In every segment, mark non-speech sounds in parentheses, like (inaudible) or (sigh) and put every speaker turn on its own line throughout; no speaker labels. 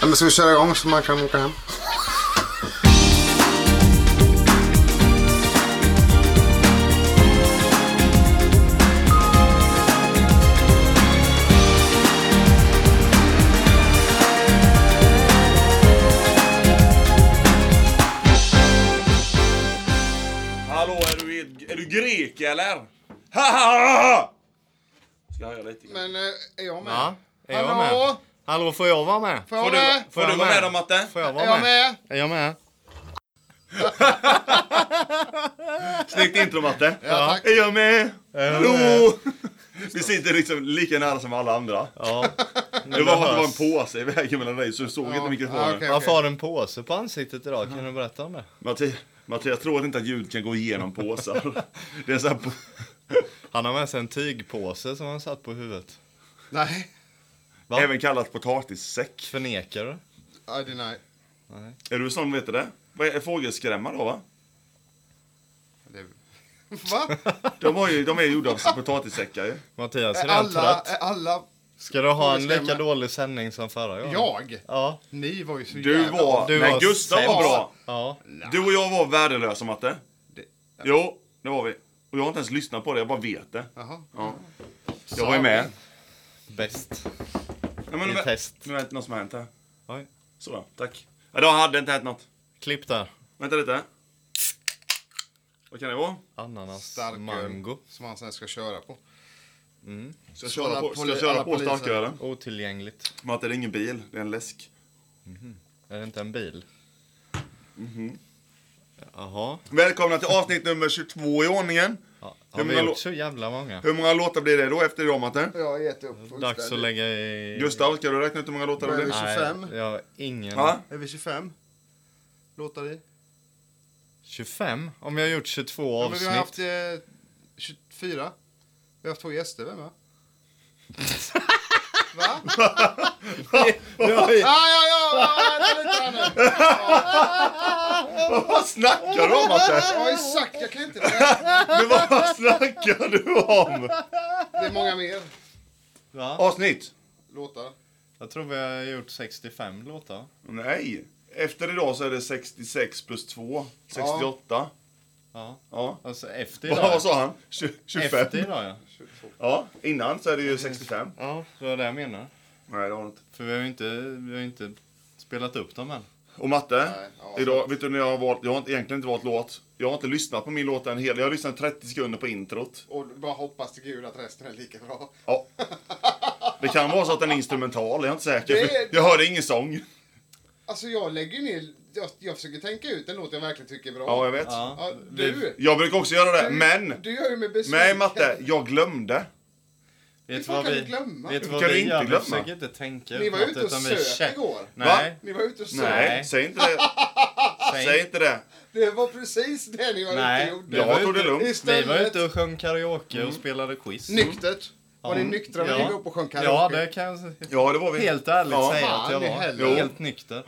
Ja, men ska vi köra igång så man kan åka hem?
Hallå, är du, är du grek eller? Ha, ha, ha, ha! Ska jag höra lite? grann?
Men eh, är jag med?
Ja, är jag
Hallå?
med? Hallå, får jag vara med?
Får jag
Får
vara med?
du, får du vara med då Matte?
Får jag
Är jag
vara med?
med?
Är jag med?
Snyggt intro Matte.
Ja, tack.
Är jag med?
jag
Hallå! Vi sitter liksom lika nära som alla andra.
Ja.
(laughs) Det var för att det var en påse i vägen mellan dig så du såg inte mikrofonen.
Ja, okej,
Varför
okej.
har du en påse på ansiktet idag? Kan du berätta om det?
Matti, Matti, jag tror inte att ljud kan gå
(laughs)
igenom påsar. Det är så här...
Han har med sig en tygpåse som han satt på huvudet.
Nej.
Va?
Även kallat potatissäck.
Förnekar du?
Ja, det är nej.
Är du sån, vet du det? Vad är fågelskrämma då va?
Det... Va?
De, har ju, de är gjorda av potatissäckar ju.
Mattias är
Är
redan
alla,
trött.
är alla...
Ska du ha en lika
Stämmer.
dålig sändning som förra gången?
Jag?
Ja.
Ni var ju så
Du
jävla...
var...
Du
Nej,
var
Gustav var
sämst.
bra.
Ja.
Du och jag var värdelösa Matte.
Det-
Jo, det var vi. Och jag har inte ens lyssnat på det, jag bara vet det.
Jaha.
Ja. Jag var ju med.
Bäst.
Ja, men,
I
nu-
test.
Nu är det något som har hänt här.
Oj.
Så, ja, tack. Ja, då hade det inte hänt något.
Klipp där.
Vänta lite. Vad kan det vara?
Ananas.
Starköl.
Mango.
Som han sen ska köra på.
Ska jag
Så alla
köra på, ska
poli-
jag köra
alla
på
poliser.
starkölen?
Otillgängligt.
Matte, det är ingen bil, det är en läsk.
Är det inte en bil? Mhm. Jaha.
Välkomna till avsnitt nummer 22 i ordningen.
Ja.
Hur
Har vi
många
gjort
lå-
så jävla många?
Hur många låtar blir det då efter idag Matte?
Jag har gett upp
Dags att lägga i...
Gustav, ska du räkna ut hur många låtar det blir?
Nej. 25.
Nej, jag har ingen.
Ja?
Är vi 25? Låtar i?
25? Om jag har gjort 22
Ja, men vi
avsnitt.
har haft eh, 24. Vi har haft två gäster, vem va? va?
Ja,
Ah, ja, ja, ja, vänta lite här nu.
Vad snackar du om Matte?
Ja, exakt, jag kan inte det.
Men vad snackar du om?
Det är många mer
Va?
Avsnitt?
låtar.
Jag tror vi har gjort 65 låtar.
Nej. Efter idag så är det 66 plus 2. 68. Ja.
Ja.
ja.
Alltså efter
Vad,
idag.
vad sa han? Tju- 25?
Efter idag ja.
Ja, innan så är det ju 65.
Ja, det var det jag menar.
Nej, det har det inte.
För vi har ju inte, vi har ju inte spelat upp dem än.
Och matte,
Nej, ja.
idag, vet du när jag har valt, jag har inte- egentligen inte valt låt. Jag har inte lyssnat på min låt än hel. Jag har lyssnat 30 sekunder på introt.
Och bara hoppas till gud att resten är lika bra.
Ja. Det kan vara så att den är instrumental, jag är inte säker.
Det är-
Jag hörde ingen sång.
Alltså jag lägger ju ner, jag, jag försöker tänka ut en låt jag verkligen tycker är bra.
Ja, jag vet.
Ja.
Ja, du,
Jag brukar också göra det, men...
du gör ju mig besviken.
Nej Matte, jag glömde.
Vet du
fan
vad
kan
vi,
du glömma?
vet du
Hur
vad
kan
vi
du inte
gör? Vi
glömma?
försöker inte tänka
Ni
ut
var
något,
ute och
utan vi
söp
check-
igår.
Nej,
Ni var ute och
Nej,
söp.
säg inte det. Säg
säg
inte det.
Det var precis det ni var
Nej.
ute och gjorde.
Jag
Jag
var
tog det
ute-
lugnt. Mm.
Vi
Istället,
var ute och sjöng karaoke och spelade quiz.
nyktert. Var ni nyktra när ni
Ja.
gick upp och sjöng
Ja,
karaoke?
det kan jag säga.
Ja, det var vi.
helt ärligt
Ja.
säga att jag
Fan i
var
helvete.
helt nykter.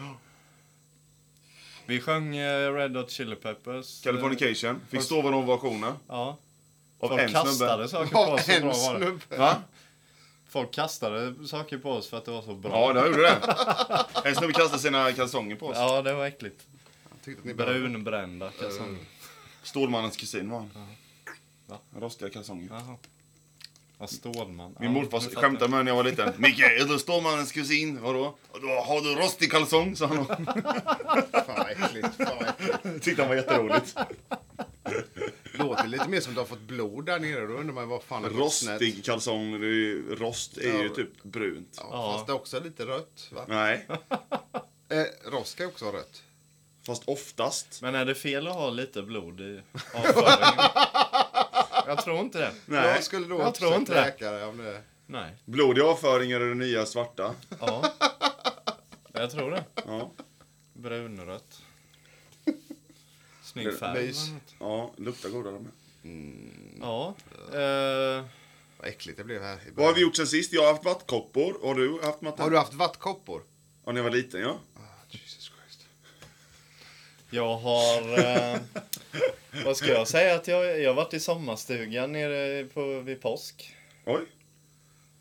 Vi sjöng eh, Red Hot Chili Peppers. eh,
Californication. Fick stående ovationer.
Ja.
Av
Folk
en snubbe.
kastade saker på
Ja,
oss, så
en
bra var det.
snubbe.
Va?
Folk kastade saker på oss för att det var så bra.
Ja, det gjorde det. En snubbe kastade sina kalsonger på oss.
Ja, det var äckligt.
Jag tyckte att ni bara...
Brunbrända typ
Mm.
kalsonger.
Stålmannens kusin var han.
Va?
Rostiga kalsonger.
Jaha. Ja, Stålman.
Min morfar skämtade med när jag var liten. Micke, är du Stålmannens kusin? Vadå? Då har du rostig kalsong? sa han.
Fan vad äckligt. Fan vad äckligt.
(laughs) Tyckte han var jätteroligt.
Låter lite mer som att du har fått blod där nere. Då undrar man vad fan har gått snett.
Rostig kalsong, det är ju, rost är ju
Ja.
typ brunt.
Ja, fast det är också lite rött. Va?
(laughs) Nej,
Eh, rost kan också vara rött.
fast oftast.
Men är det fel att ha lite blod i
(laughs)
avföringen? jag tror inte det.
Nej,
Jag skulle då
jag tror
uppsökt
inte det.
läkare om det.
Nej.
blod i avföringen är det nya svarta.
Ja. Jag tror det.
Ja,
Brunrött. Snygg färg.
Mys.
ja luktar godare med.
Ja. Eh,
Vad äckligt det blev här. i
Vad har vi
början.
gjort sen sist? Jag har haft vattkoppor. Har du haft matte?
Har du haft vattkoppor?
Ja, när jag var liten ja.
Jesus Christ.
jag har... Eh, vad ska jag säga? Att jag, jag har varit i sommarstugan nere på, vid påsk.
Oj.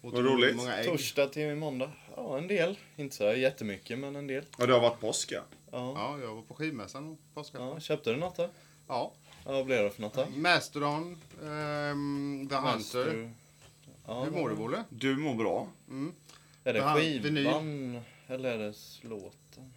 Och
Vad roligt.
Många ägg.
Torsdag till måndag. Ja, en del. Inte så jättemycket, men en del.
Ja, det har varit påsk ja.
Ja.
Ja, jag var på skivmässan och påskade.
ja. Köpte du något då?
Ja.
Ja, vad blev det för något då?
Mastodon, ehm, The Hunter.
Master- Ja,
Hur mår du, Bolle?
Du mår bra.
Är det
The Hunt-
skivan eller är det låten?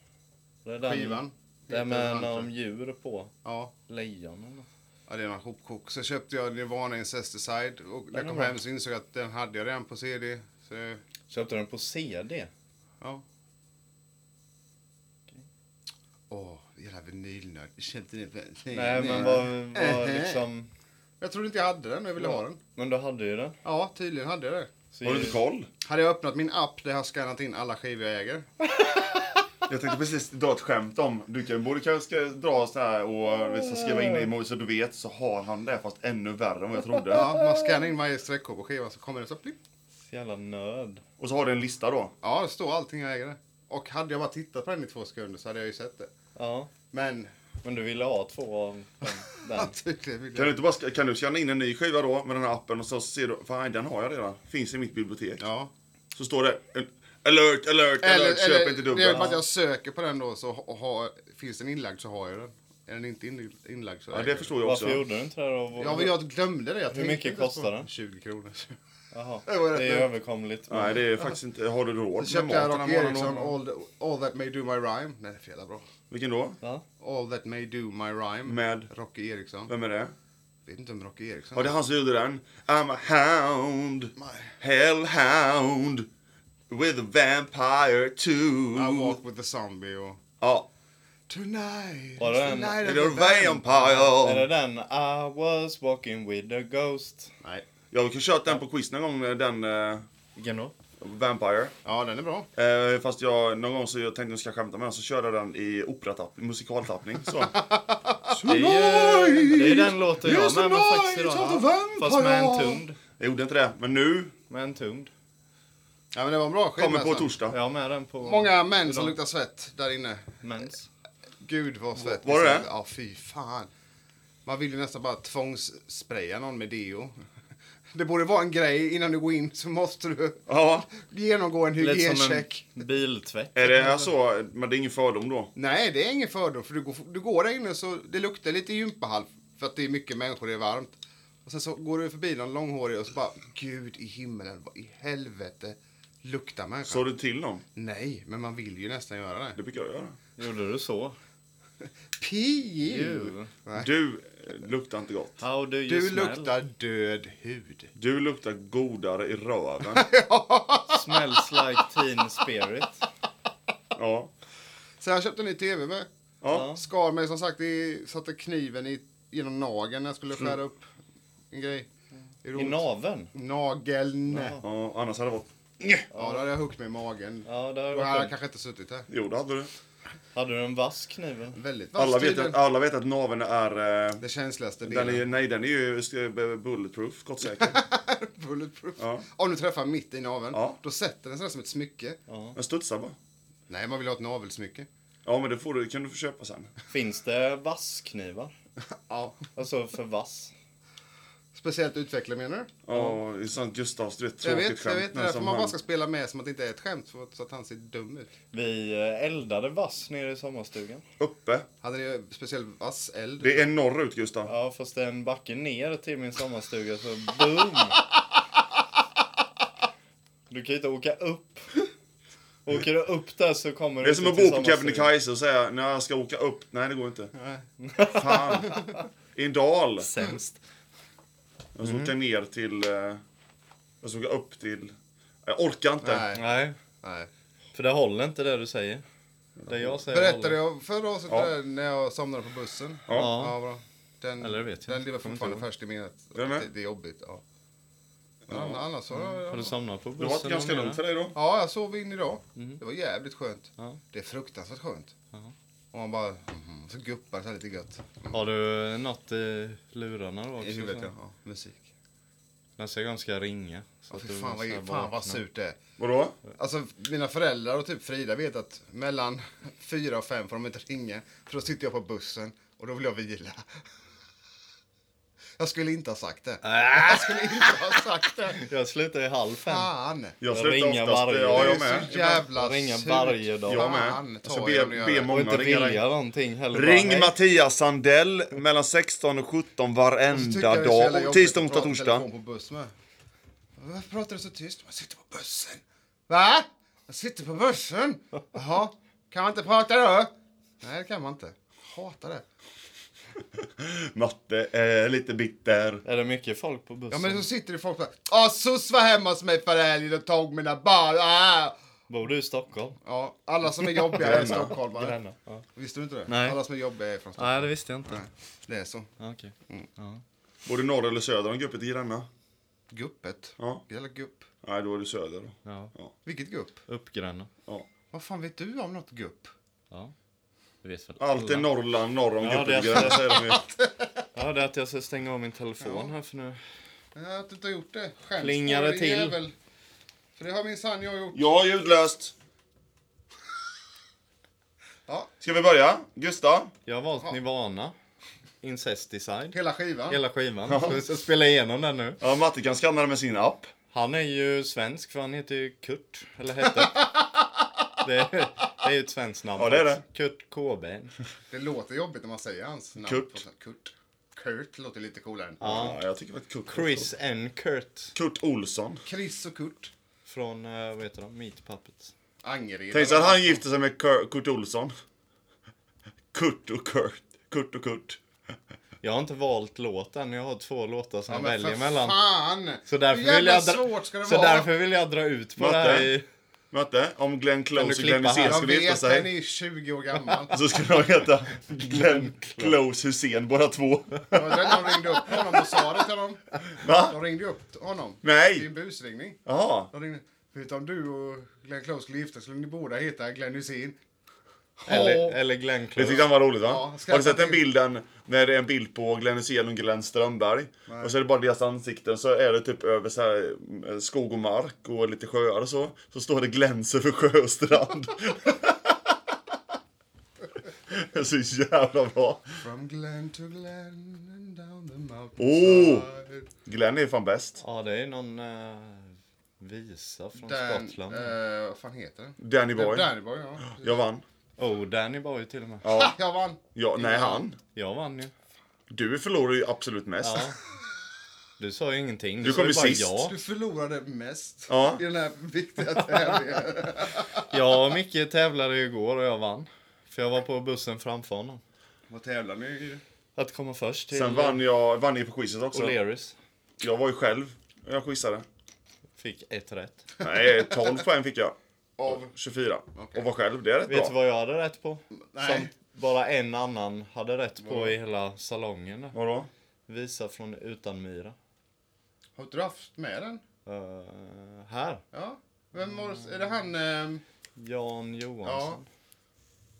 Det är den,
Skivan.
Det
heter
är med
The Hunter.
någon djur på.
Ja.
Lejon eller något.
Ja, det var en hopkok. Så köpte jag Nirvana Incesticide och när jag
Den
kom
var-
hem så insåg jag att den hade jag redan på CD. Så,
Köpte den på CD?
ja. Åh, jävla vinylnörd. Jag Köpte den på CD.
Nej, men vad, vad
Mhm.
liksom...
Jag trodde inte jag hade den, men jag ville ha den.
Men du hade ju den.
Ja, tydligen hade jag det.
Så
Har du inte koll?
Hade jag öppnat min app där jag har skannat in alla skivor jag äger?
Jag tänkte precis dra ett skämt om. Du kan, borde kanske dra så här och liksom skriva in det i mål så du vet så har han det fast ännu värre än vad jag trodde.
Ja, man scannar in varje streck på skivan så kommer det så plipp.
Så jävla nörd.
Och så har du en lista då.
Ja, det står allting jag äger där. Och hade jag bara tittat på den i två sekunder så hade jag ju sett det.
Ja.
(laughs) Men,
Men du ville ha två
(laughs)
av den.
ja,
den.
tydligen vill
Kan
jag.
du, inte bara, sk- kan du scanna in en ny skiva då med den här appen och så ser du, fan den har jag redan, finns i mitt bibliotek.
Ja.
Så står det en- alert, alert,
Eller,
alert, köp
eller
inte
det är
dubbel.
bara att jag söker på den då så ha- ha, finns den inlagd så har jag den. Är den inte in- inlagd så
Ja,
äger
det
jag
förstår jag också.
Varför gjorde du inte det då?
den. Ja, men jag glömde det. Jag tänkte
mycket
inte ens
kostar
på-
den?
20 kronor.
Jaha.
Det var rätt
Det är ju
nu.
överkomligt. men-
Nej, det är faktiskt inte, har du
Så
råd med
köpte jag
mat den
Rocky
här månaden?
Eriksson
då?
all, the- all That May Do My Rhyme. Nej, det är för jävla bra.
Vilken då?
Va?
All That May Do My Rhyme.
Med?
Rocky Eriksson.
Vem är det?
Vet inte om Rocky Eriksson...
Ja, det är han som gjorde den. I'm a hound, hellhound, with a vampire
I
too.
Walk With The Zombie och...
Ja,
Tonight
Var det
is the
en-
night of
you're a
the band.
Är det
vampire.
den I was walking with a ghost?
Nej.
Jag har kört den på quiz någon gång, den eh,
Vilken då?
Vampire.
Ja, den är bra.
Eh, fast jag, någon gång så jag tänkte jag ska skämta med den så körde jag den i operatappning, musikaltappning. Så.
Det är ju det är den låten jag
Yes,
har med mig
tonight,
faktiskt idag.
it's
ja.
a
Fast med en
vampire.
tund.
Jag gjorde inte det, men nu
Med en tund.
Ja, men det var en bra
kommer
skivmässa.
på torsdag.
Jag har med den på...
Många män som
Idag.
luktar svett där inne.
Mens.
Gud vad svett.
Var det det?
Ja, fy fan. Man vill ju nästan bara tvångsspraya någon med deo. (laughs) Det borde vara en grej innan du går in så måste du
Ja,
genomgå en
Lite som en
hygiencheck.
biltvätt.
är det här så? Men det är ingen fördom då?
Nej, det är ingen fördom för du går, du går där inne så det luktar lite gympahall för att det är mycket människor, det är varmt. Och sen så går du förbi någon långhårig och så bara, gud i himmelen, vad i helvete luktar människan?
Sa du till någon?
Nej, men man vill ju nästan göra det.
Det brukar jag göra.
Gjorde du så?
Piu!
You.
Nej.
Du eh, luktar inte gott.
How do you
Du
smell? (laughs)
luktar död hud.
Du luktar godare i röven.
Smells like teen spirit.
Ja.
Så jag köpte en ny tv med.
Ja.
Skar mig som sagt, i, satte kniven i, genom nageln när jag skulle skära upp en grej. I
I
rot.
naveln.
Nageln.
ja, annars hade det varit...
Ja, då hade jag huggit mig i magen.
Ja, där
Då hade
var
jag
den.
kanske inte suttit här.
Jo, det hade du.
Hade du en vass kniv?
Väldigt vass
Alla vet,
tydligen.
att, alla vet att naveln är... Eh,
Det känsligaste
den
delen. (laughs)
är nej, den är ju eh, bulletproof, gott säker.
Bulletproof.
Ja.
Om du träffar mitt i naveln,
Ja.
då sätter den sig som ett smycke.
Ja.
Men studsa bara.
Nej, man vill ha ett navelsmycke.
Ja, men det får du, kan du få köpa sen.
Finns det vassknivar?
Ja.
Alltså för vass?
Speciellt utvecklare menar du?
Ja, i sånt Gustavs, du vet,
Jag
tråkigt
vet, jag vet.
skämt.
Det
men
är därför
som
man bara
han-
ska spela med som att det inte är ett skämt, för att, så att han ser dum ut.
Vi eh, eldade vass nere i sommarstugan.
Uppe.
Hade ni speciell vass eld?
Det är norrut, Gustav.
Ja, fast det är en backe ner till min sommarstuga, så boom! Du kan ju inte åka upp. Åker du upp där så kommer
Det
du
är som
inte
att
till
bo på
sommarstugan.
Kebnekaise och säga när jag ska åka upp. Nej, det går inte. Fan. I en dal.
Sämst.
Jag
Mm.
ska åka Alltså, ner till... eh, Jag ska åka upp till... Jag orkar inte.
Nej.
Nej,
Nej.
för det håller inte det du säger. Det jag säger
Berättade
håller.
jag förra avsnittet
Ja.
där när jag somnade på bussen?
Ja.
Ja.
bra. Den,
Eller det vet jag
den
inte.
lever
Kommer inte
fortfarande
ihåg.
färskt i minnet.
Är den med?
Det, det är jobbigt. Ja. Men annars var det...
Mm. Har du somnat på
Det
bussen?
var ganska
någon
lugnt för dig då.
Ja, jag sov in idag. Det var jävligt skönt.
Mhm. Ja.
Det är fruktansvärt skönt.
Ja.
Och man bara... Mm, så guppar det så här lite gött.
gång? Har du något i lurarna då också?
I huvudet, ja.
så?
ja. Musik.
Nästa gång ska jag ringa. Så
Ja,
att
fy
du
fan,
måste
vad, fan
vakna.
vad surt det är.
Vadå?
Alltså, mina föräldrar och typ Frida vet att mellan (laughs) fyra och fem får de inte ringa. För då sitter jag på bussen och då vill jag vila. Jag skulle inte ha sagt det. Jag skulle inte ha sagt
(laughs)
det.
Äh, Jag slutar i halv fem.
Fan.
Jag
Jag
slutar
ringer
oftast...
varje
ja,
Du är
dag.
jag
så
med.
jävla
Ringa
surt.
varje dag.
Jag
Fan,
med.
ta
Alltså,
jag
be,
nu gör
be
det.
Och
många
inte
ringa dig.
vilja någonting heller. bara,
Ring
hej.
Mattias Sandell mellan 16 och 17
Så Alltså, tycker
varenda
jag det är så jävla
dag.
jobbigt
Tisdag,
att
onsdag,
prata i
torsdag.
telefon På buss med. Varför pratar du så tyst? Jag sitter på bussen. Va? Jag sitter på bussen? Jaha. Kan man inte prata då? Nej, det kan man inte. Hatar det.
Matte är lite bitter.
Är det mycket folk på
Ja,
bussen?
men så sitter det folk så här. Ja, Sus var hemma hos mig förra helgen och tog mina barn. Ah!
Bor du i Stockholm?
Ja, alla som är jobbiga är stockholmare.
Gränna? Ja.
Visste du inte det?
Nej.
Alla som är jobbiga är från Stockholm.
Nej, det visste jag inte.
Det är så.
Ja, Okej. Ja.
Bor du norr eller söder om guppet i Gränna?
Guppet.
Ja.
Eller gupp.
Nej, då är du söder.
Ja.
Vilket gupp?
Uppgränna.
Ja.
Vad fan vet du om något gupp?
Ja. Det vet väl
Allt är
alla.
Norrland norr om
Ja,
guppet i
det är-
Gränna, säger de ju.
Ja, det är att jag ska stänga av min telefon här för nu.
Jag att du inte har gjort det. Skäms
Plingar
på
det
dig,
till.
jävel. För det har minsann jag gjort.
Jag har ljudlöst.
Ja.
Ska vi börja? Gustav?
Jag har valt Nirvana. Incesticide.
Hela skivan.
Hela skivan. Så vi ska spela igenom den nu.
Ja, Matte kan skanna den med sin app.
Han är ju svensk för han heter ju Kurt. Eller hette.
(laughs)
Det är, det är ju ett svenskt namn.
Ja, det är det.
Kurt Cobain.
Det låter jobbigt när man säger hans namn.
Kurt.
Kurt. Kurt låter lite coolare. Än.
Ja, jag tycker att Kurt...
Chris N. Kurt.
Kurt Olsson.
Chris och Kurt.
Från, eh, vad heter de? Meat Puppets.
Angered.
Tänk så att han gifte sig med Kur- Kurt Olsson. Kurt och Kurt. Kurt och Kurt.
Jag har inte valt låten. Jag har två låtar som
Ja,
jag
men
väljer
för
mellan.
fan!
Så därför,
Hur
vill jag,
jävla
dra,
svårt ska det
så
vara?
därför vill jag dra ut på det
Matte?
här i...
Matte, om Glenn
Kan du
Close och
klippa
Glenn Hysén
här?
Jag
skulle gifta
vet, den
sig
är 20 år gammal.
så skulle de heta
(laughs)
Glenn Close Hysén båda två.
Jag undrar om de ringde upp honom och sa det till dem.
Va?
De ringde upp honom. Det är
Nej!
en busringning.
Jaha.
De ringde. Vet du, om du och Glenn Close skulle gifta skulle ni båda heta Glenn Hysén.
Eller, eller Glenn
Det
Close.
tyckte han var roligt va?
Ja,
Har du sett den
skrattar till.
bilden när det är en bild på Glenn Hysén och Glenn Strömberg? Och så är det bara deras ansikten så är det typ över så här, eh, skog och mark och lite sjöar och så. Så står det Gläns över sjö och strand. (laughs) det är så jävla bra.
From Glenn to Glenn and down the
Oh!
Åh!
mountainside.
Oh! Glenn är fan bäst.
Ja, det är någon eh, visa från
Dan,
Skottland.
eh, vad fan heter den?
Danny Boy.
Danny Boy, ja.
Jag vann.
Oh, Danny Boy till och med.
Ha, jag vann!
Ja, nej, han.
Jag vann ju.
Du förlorar ju absolut mest.
Ja. Du sa ju ingenting.
Du
sa ju
kom
bara
ju sist.
Ja.
Du förlorade mest
Ja.
i den här viktiga tävlingen.
Jag och Micke tävlade ju igår och jag vann. För jag var på bussen framför honom.
Vad tävlar ni i?
Att komma först till
Sen vann jag, vann jag på quizet också.
O'Learys.
Jag var ju själv. Jag quizade.
Fick ett rätt.
Nej, 12 poäng fick jag.
Av?
24.
Okej.
Och var själv, det är rätt
Vet
bra.
du vad jag hade rätt på?
Nej.
Som bara en annan hade rätt på i hela salongen. där.
Vadå?
Visa från Utanmyra.
Har inte du haft med den?
Eh, här.
Ja. Vem
Mm.
var Är det han... ehm,
Jan Johansson.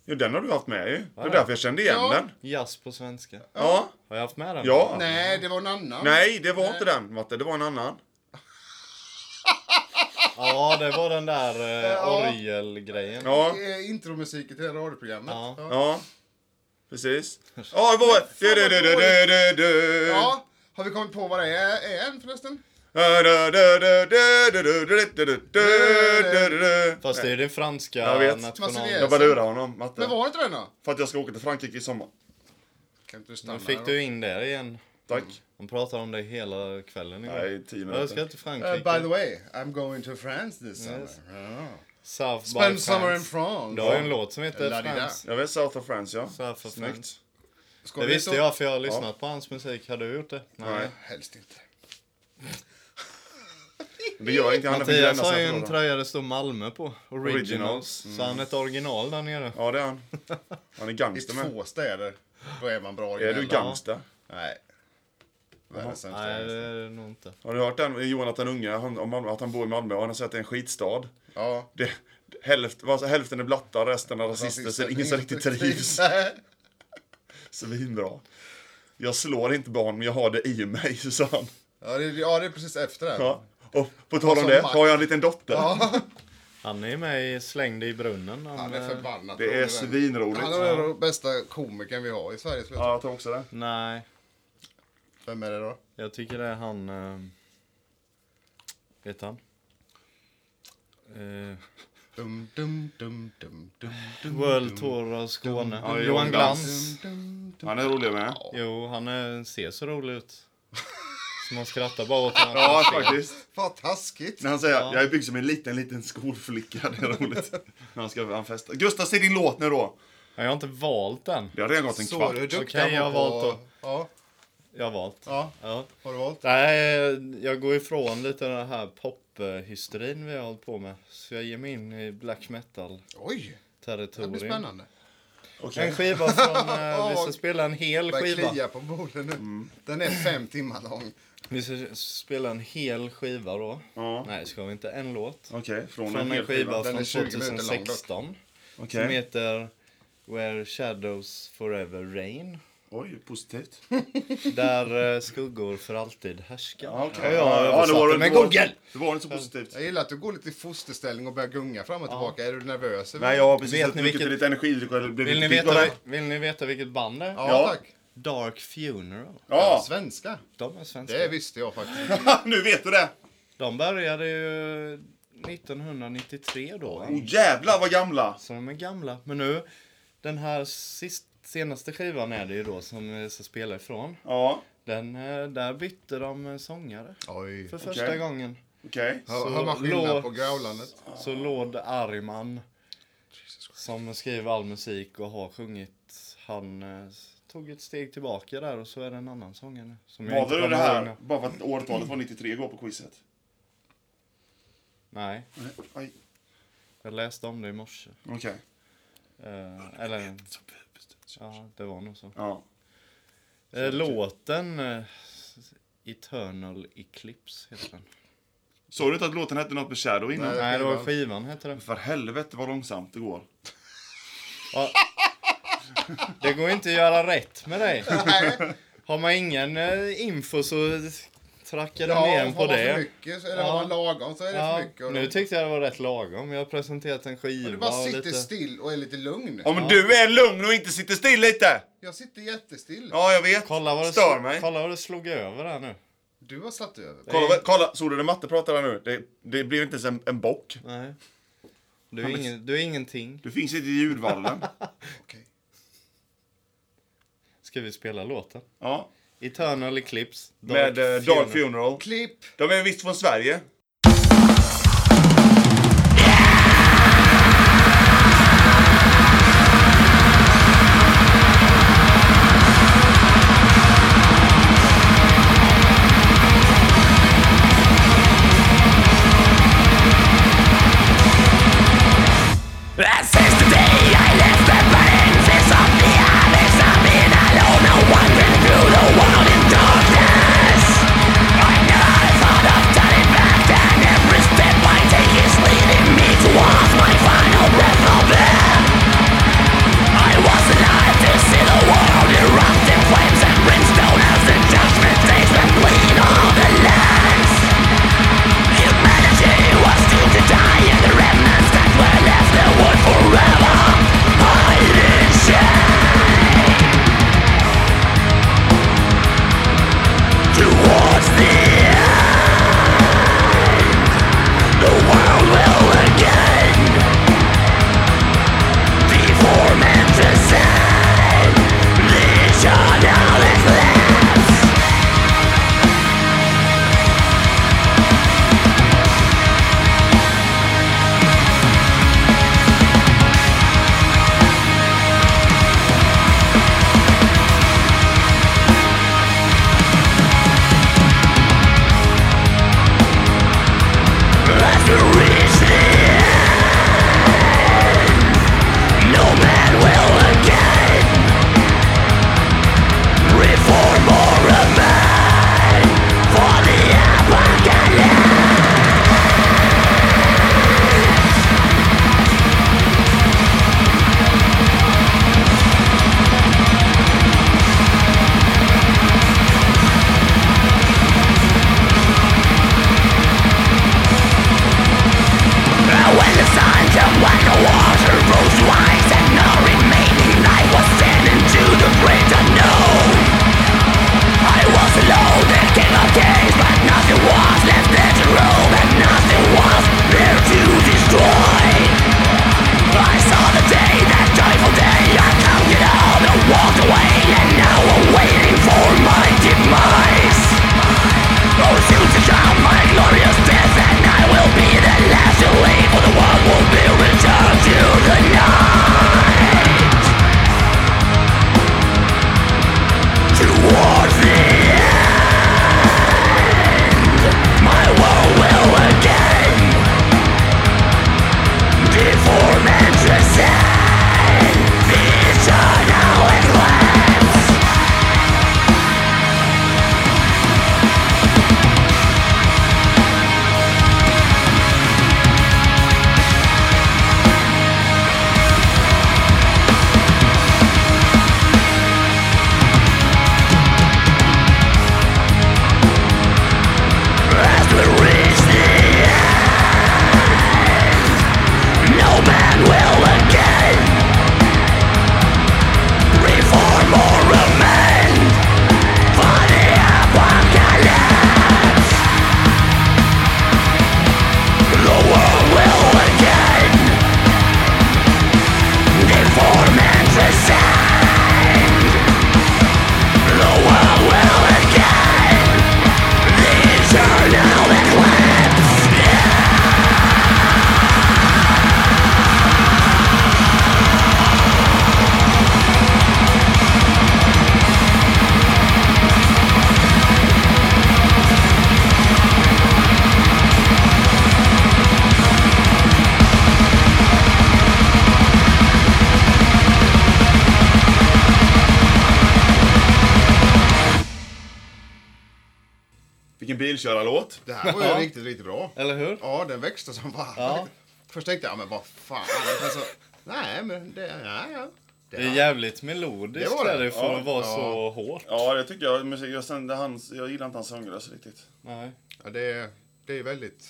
Ja, den har du haft med ju. Det
Ja.
var därför jag kände igen
Ja.
den.
Jazz på svenska.
Ja.
Har jag haft med den?
Ja.
Nej, det var en annan.
Nej, det var inte den Matte, det var en annan.
Ja, det var den där eh,
Ja.
orgelgrejen.
Ja,
Eh, Intromusiken till det här radioprogrammet.
Ja.
ja.
(laughs)
Precis. Ja, det var... Du, du, du, du, du, du, du.
Ja, Har vi kommit på vad det är, är än förresten?
Du, du, du, du, du, du, du, du, du, du, du, du, du.
Fast det är det franska
Jag vet.
Massivera.
national...
Jag bara lurar honom, Matte.
Men var det inte den då?
För att jag ska åka till Frankrike i sommar.
Kan inte du stanna
Nu fick
här
du in det igen.
Tack.
De pratar om det hela kvällen igår.
Nej, tio
jag Mm. ska
minuter.
till
då? Eh,
Frankrike.
by the way, I'm going to France this summer.
Yes.
Ja.
South by
Spend summer in
France.
France.
Du har ju en låt som heter
La-di-da.
France.
Jag vet South of France, ja.
South of France.
Snyggt.
Ska
Det
vi
visste
så-
jag för jag har lyssnat på hans musik. Har du gjort det?
Nej,
Helst inte.
det gör inget. Han är för
Mattias
gränna
har ju
sig
en
för det.
tröja det står Malmö på. Originals.
Originals. Mm.
Så han är ett original där nere.
Ja, det är
(laughs)
han. Han är
I
gangster med.
två städer, då är man bra
Är du
originell.
gangster?
Nej. Världens sämsta
Nej, det
gangster.
är det nog inte.
Har du hört den eh, Jonathan Unge, han, om Malmö, att han bor i Malmö och han har sett en skitstad?
Ja.
Det, hälft, alltså, hälften är blattar, resten är rasister, så det är ingen som
(laughs)
riktigt trivs. Svinbra. Jag slår inte barn, men jag har det i mig, (laughs) sa han.
Ja, det, ja, det är precis efter det.
Ja. Och på tal om
som
det,
Max.
har jag en liten dotter.
Han är ju med i Slängd i brunnen. Han,
Han är
eh,
förbannat
Det är
rolig, den.
svinroligt.
Han är den bästa komikern vi har i Sverige. skulle jag
Ja, jag tror också det.
Nej.
Vem är det då?
Jag tycker det är han... Eh, vet han? Eh,
Dum, dum, dum, dum, dum, dum,
World
dum,
Tour av Skåne.
Ja,
Johan
Johan
Glans.
dum, dum, dum.
Han är rolig med.
Jo, han är, ser så rolig ut. Så man skrattar bara åt honom.
Ja, faktiskt.
Vad taskigt.
När han säger jag är byggd som en liten, liten skolflicka. (laughs) Det är roligt. När han ska han festa. Gustav, se din låt nu då.
Jag har inte valt den.
Det har redan gått en
Så du
kvart.
är duktig
Okej, jag har valt
då. Ja,
Jag har valt.
ja,
Ja.
har du valt?
Nej, jag går ifrån lite den här pophysterin vi har hållit på med. Så jag ger mig in i black
Oj, det här blir
metal-territorium.
spännande.
En skiva
(laughs)
från... Eh, vi ska
Åh,
spela en hel
Börjar
skiva.
klia på borden nu. Den är fem timmar lång.
Vi ska spela en hel skiva då.
Ja.
Nej, ska vi inte. En låt.
Okej, från,
Från en skiva
Den
från
är 20 minuter lång dock.
2016.
Okej.
Som heter Where Shadows Forever Rain.
Oj, positivt.
Där eh, skuggor för alltid härskar.
Ja, okej.
ja, jag översatte
det
med
det var-
Google.
Det var inte så positivt.
Jag gillar att du går lite i fosterställning och börjar gunga fram och tillbaka. Är du nervös? eller?
Nej, jag har precis
Vet ni
druckit
vilket-
lite energidryck och blivit
Vill ni,
pigg
veta,
av det.
vill ni veta vilket band det är?
Ja,
Ja.
tack.
Dark Funeral.
Ja, (laughs)
Svenska.
De är svenska.
Det visste jag faktiskt.
nu vet du det.
De började ju 1993 då. va?
Oh, jävlar vad gamla.
Så de är gamla. Men nu, den här sist, senaste skivan är det ju då som vi ska spela ifrån.
Ja,
Den, eh, där bytte de eh, sångare.
Oj.
För första
Okej.
gången.
okej.
Hör,
Så
hör man skillnad
låt-
på growlandet?
Så Lord Ariman, som skriver all musik och har sjungit, han eh, tog ett steg tillbaka där och så är det en annan sångare nu. Som jag inte
Valde du det
kommer ihåg nu.
här bara för att årtalet var 93 igår på quizet?
Nej,
Aj,
jag läste om det i morse.
Okej.
Eh, eller, ja, det var nog så.
Ja.
Eh,
typ-
låten eh, Eternal Eclipse heter den.
Såg du inte att låten hette något med Shadow innan?
Nej.
Nej.
Nej, det var
skivan.
skivan heter den.
För helvete vad långsamt det går.
Ja. Det går inte att göra rätt med dig.
(laughs)
Har man ingen eh, info så trackar du ner
Ja,
en på
har man
det.
för mycket, så- eller har
Ja.
man lagom så är det
Ja,
för mycket. Och
nu
då-
tyckte jag det var rätt lagom. Jag har presenterat en skiva
du bara
och
sitter
lite...
still och är lite lugn.
Ja men du är lugn och inte sitter still lite!
Jag sitter jättestill.
Ja jag vet.
Kolla vad, det
Stör
sl-
mig.
kolla vad det slog över där nu.
Du har satt över.
Kolla, vad- kolla, såg du när Matte pratade nu? Det, det blev inte ens en, en bock.
Nej. Du är, ingen, du är ingenting.
Du finns inte i ljudvallen.
Okej.
Ska vi spela låten?
ja.
Eternal Eclipse.
Med eh, Dark, Dark Funeral.
Klipp!
De är visst från Sverige.
That since the day I left the burning face of the abyss I've been alone, no wandering through the world in darkness I never thought of turning back then
bilkörarlåt.
Det här var ju riktigt, riktigt bra.
Eller hur?
Ja, den växte som fan.
Ja.
(laughs) Först tänkte jag, ja, men vad fan. Men så, nej, men det... Nej, ja.
Det är jävligt melodiskt
Det var det.
är det för
Ja,
att vara
ja.
så hårt.
Ja, det tycker jag. Musik, jag, sen, det, hans, jag gillar inte hans sångröst riktigt.
Nej.
Ja, det, är- det är väldigt...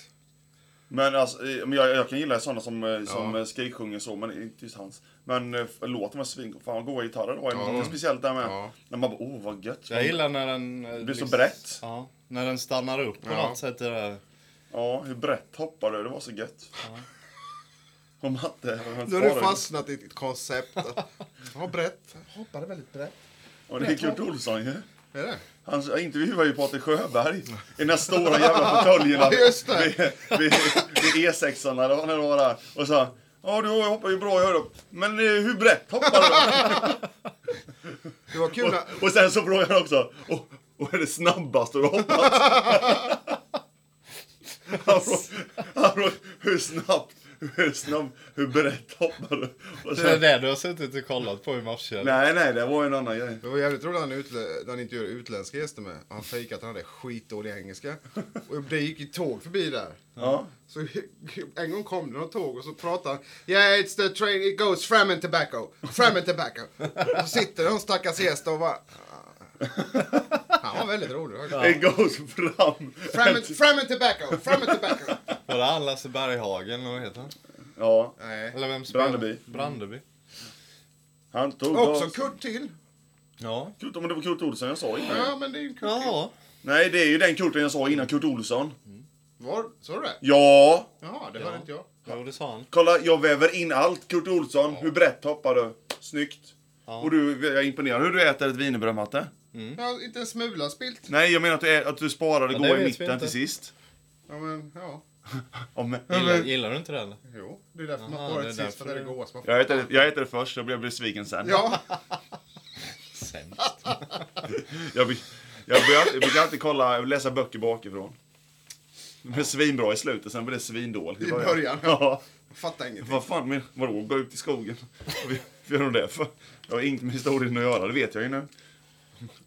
Men alltså, eh, men jag, jag kan gilla sådana som, eh, som ja. skriksjunger så, men inte just hans. Men eh, f- låten var svingod. Fan vad goa gitarrer det var. Ja. Något speciellt där med.
Ja.
När man bara, oh vad gött.
Mm.
Jag gillar när den... eh,
det blir så
liksom-
brett.
Ja, när den stannar upp på
Ja.
något sätt. i Det där.
Ja, hur brett hoppar du? Det var så gött. Och Matte, han
Nu har du
svarade.
fastnat i ett koncept. att- Ja, brett. Hoppade väldigt brett.
Och det är Kurt Olsson ju.
Är det?
Han intervjuar ju Patrik Sjöberg i den här stora jävla fåtöljerna
(laughs) Ja, just det.
vid, vid, vid E6an när han var där. Och så ja du hoppar ju bra, jag hör upp. Men eh, hur brett hoppar du?
Det var kul när... (laughs)
och sen så frågar han också, och, och är det snabbast du har hoppat? (laughs) han frågar, han frågar, hur snabbt, hur snabbt, hur brett hoppar du? Och
Det är
sen,
det du har suttit och kollat på i morse. eller?
nej, nej, det var en annan grej.
Det var jävligt roligt när han, utlä- när han intervjuade utländska gäster med. Han fejkade att han hade skitdålig engelska. Och det gick ju tåg förbi där.
Ja.
Så en gång kom det något tåg och så pratade han. Yeah it's the train, it goes fram and tobacco. Fram and tobacco. Och så sitter de stackars gäst och bara... Han var väldigt rolig.
It goes fram.
Fram and, fram and tobacco, fram and tobacco.
Var det han Lasse Berghagen eller vad heter han?
(laughs) Ja,
Nej.
Eller vem spelar-
Brandeby.
Brandeby.
Mm.
han tog
Också
oss.
Kurt till.
Ja.
Kurt, men det var Kurt Olsson jag sa innan.
Ja men det är ju Kurt till.
Ja.
Nej, det är ju den Kurten jag sa innan, Kurt Olsson.
Var, sa du det?
Ja!
Jaha, det hörde inte jag.
Jo, det sa han.
Kolla, jag väver in allt. Kurt Olsson, hur brett hoppar du? Snyggt.
Ja.
Och du, jag är imponerad hur du äter ett wienerbröd, Matte.
Jag har inte en smula spilt.
Nej, jag menar att du, är, att du sparar det
Ja, det
goda i
vet vi
mitten
inte.
till sist.
Ja men, ja.
Ja, men,
Gillar, gillar du inte det eller?
Jo, det är därför
Jaha,
man får
det
det
är
sist för det är det
därför
godaste man får.
jag, äter, jag äter det först, jag blir besviken sen.
(laughs) Ja,
Sämst.
Jag, blir- jag, blir alltid- jag brukar alltid kolla, läsa böcker bakifrån. Det blir svinbra i slutet, sen blir det svindåligt
I början.
Ja.
fattar ingenting.
Vad fan, men vadå gå ut i skogen? Vad gör de det för? Jag har inget med historien att göra, det vet jag ju nu.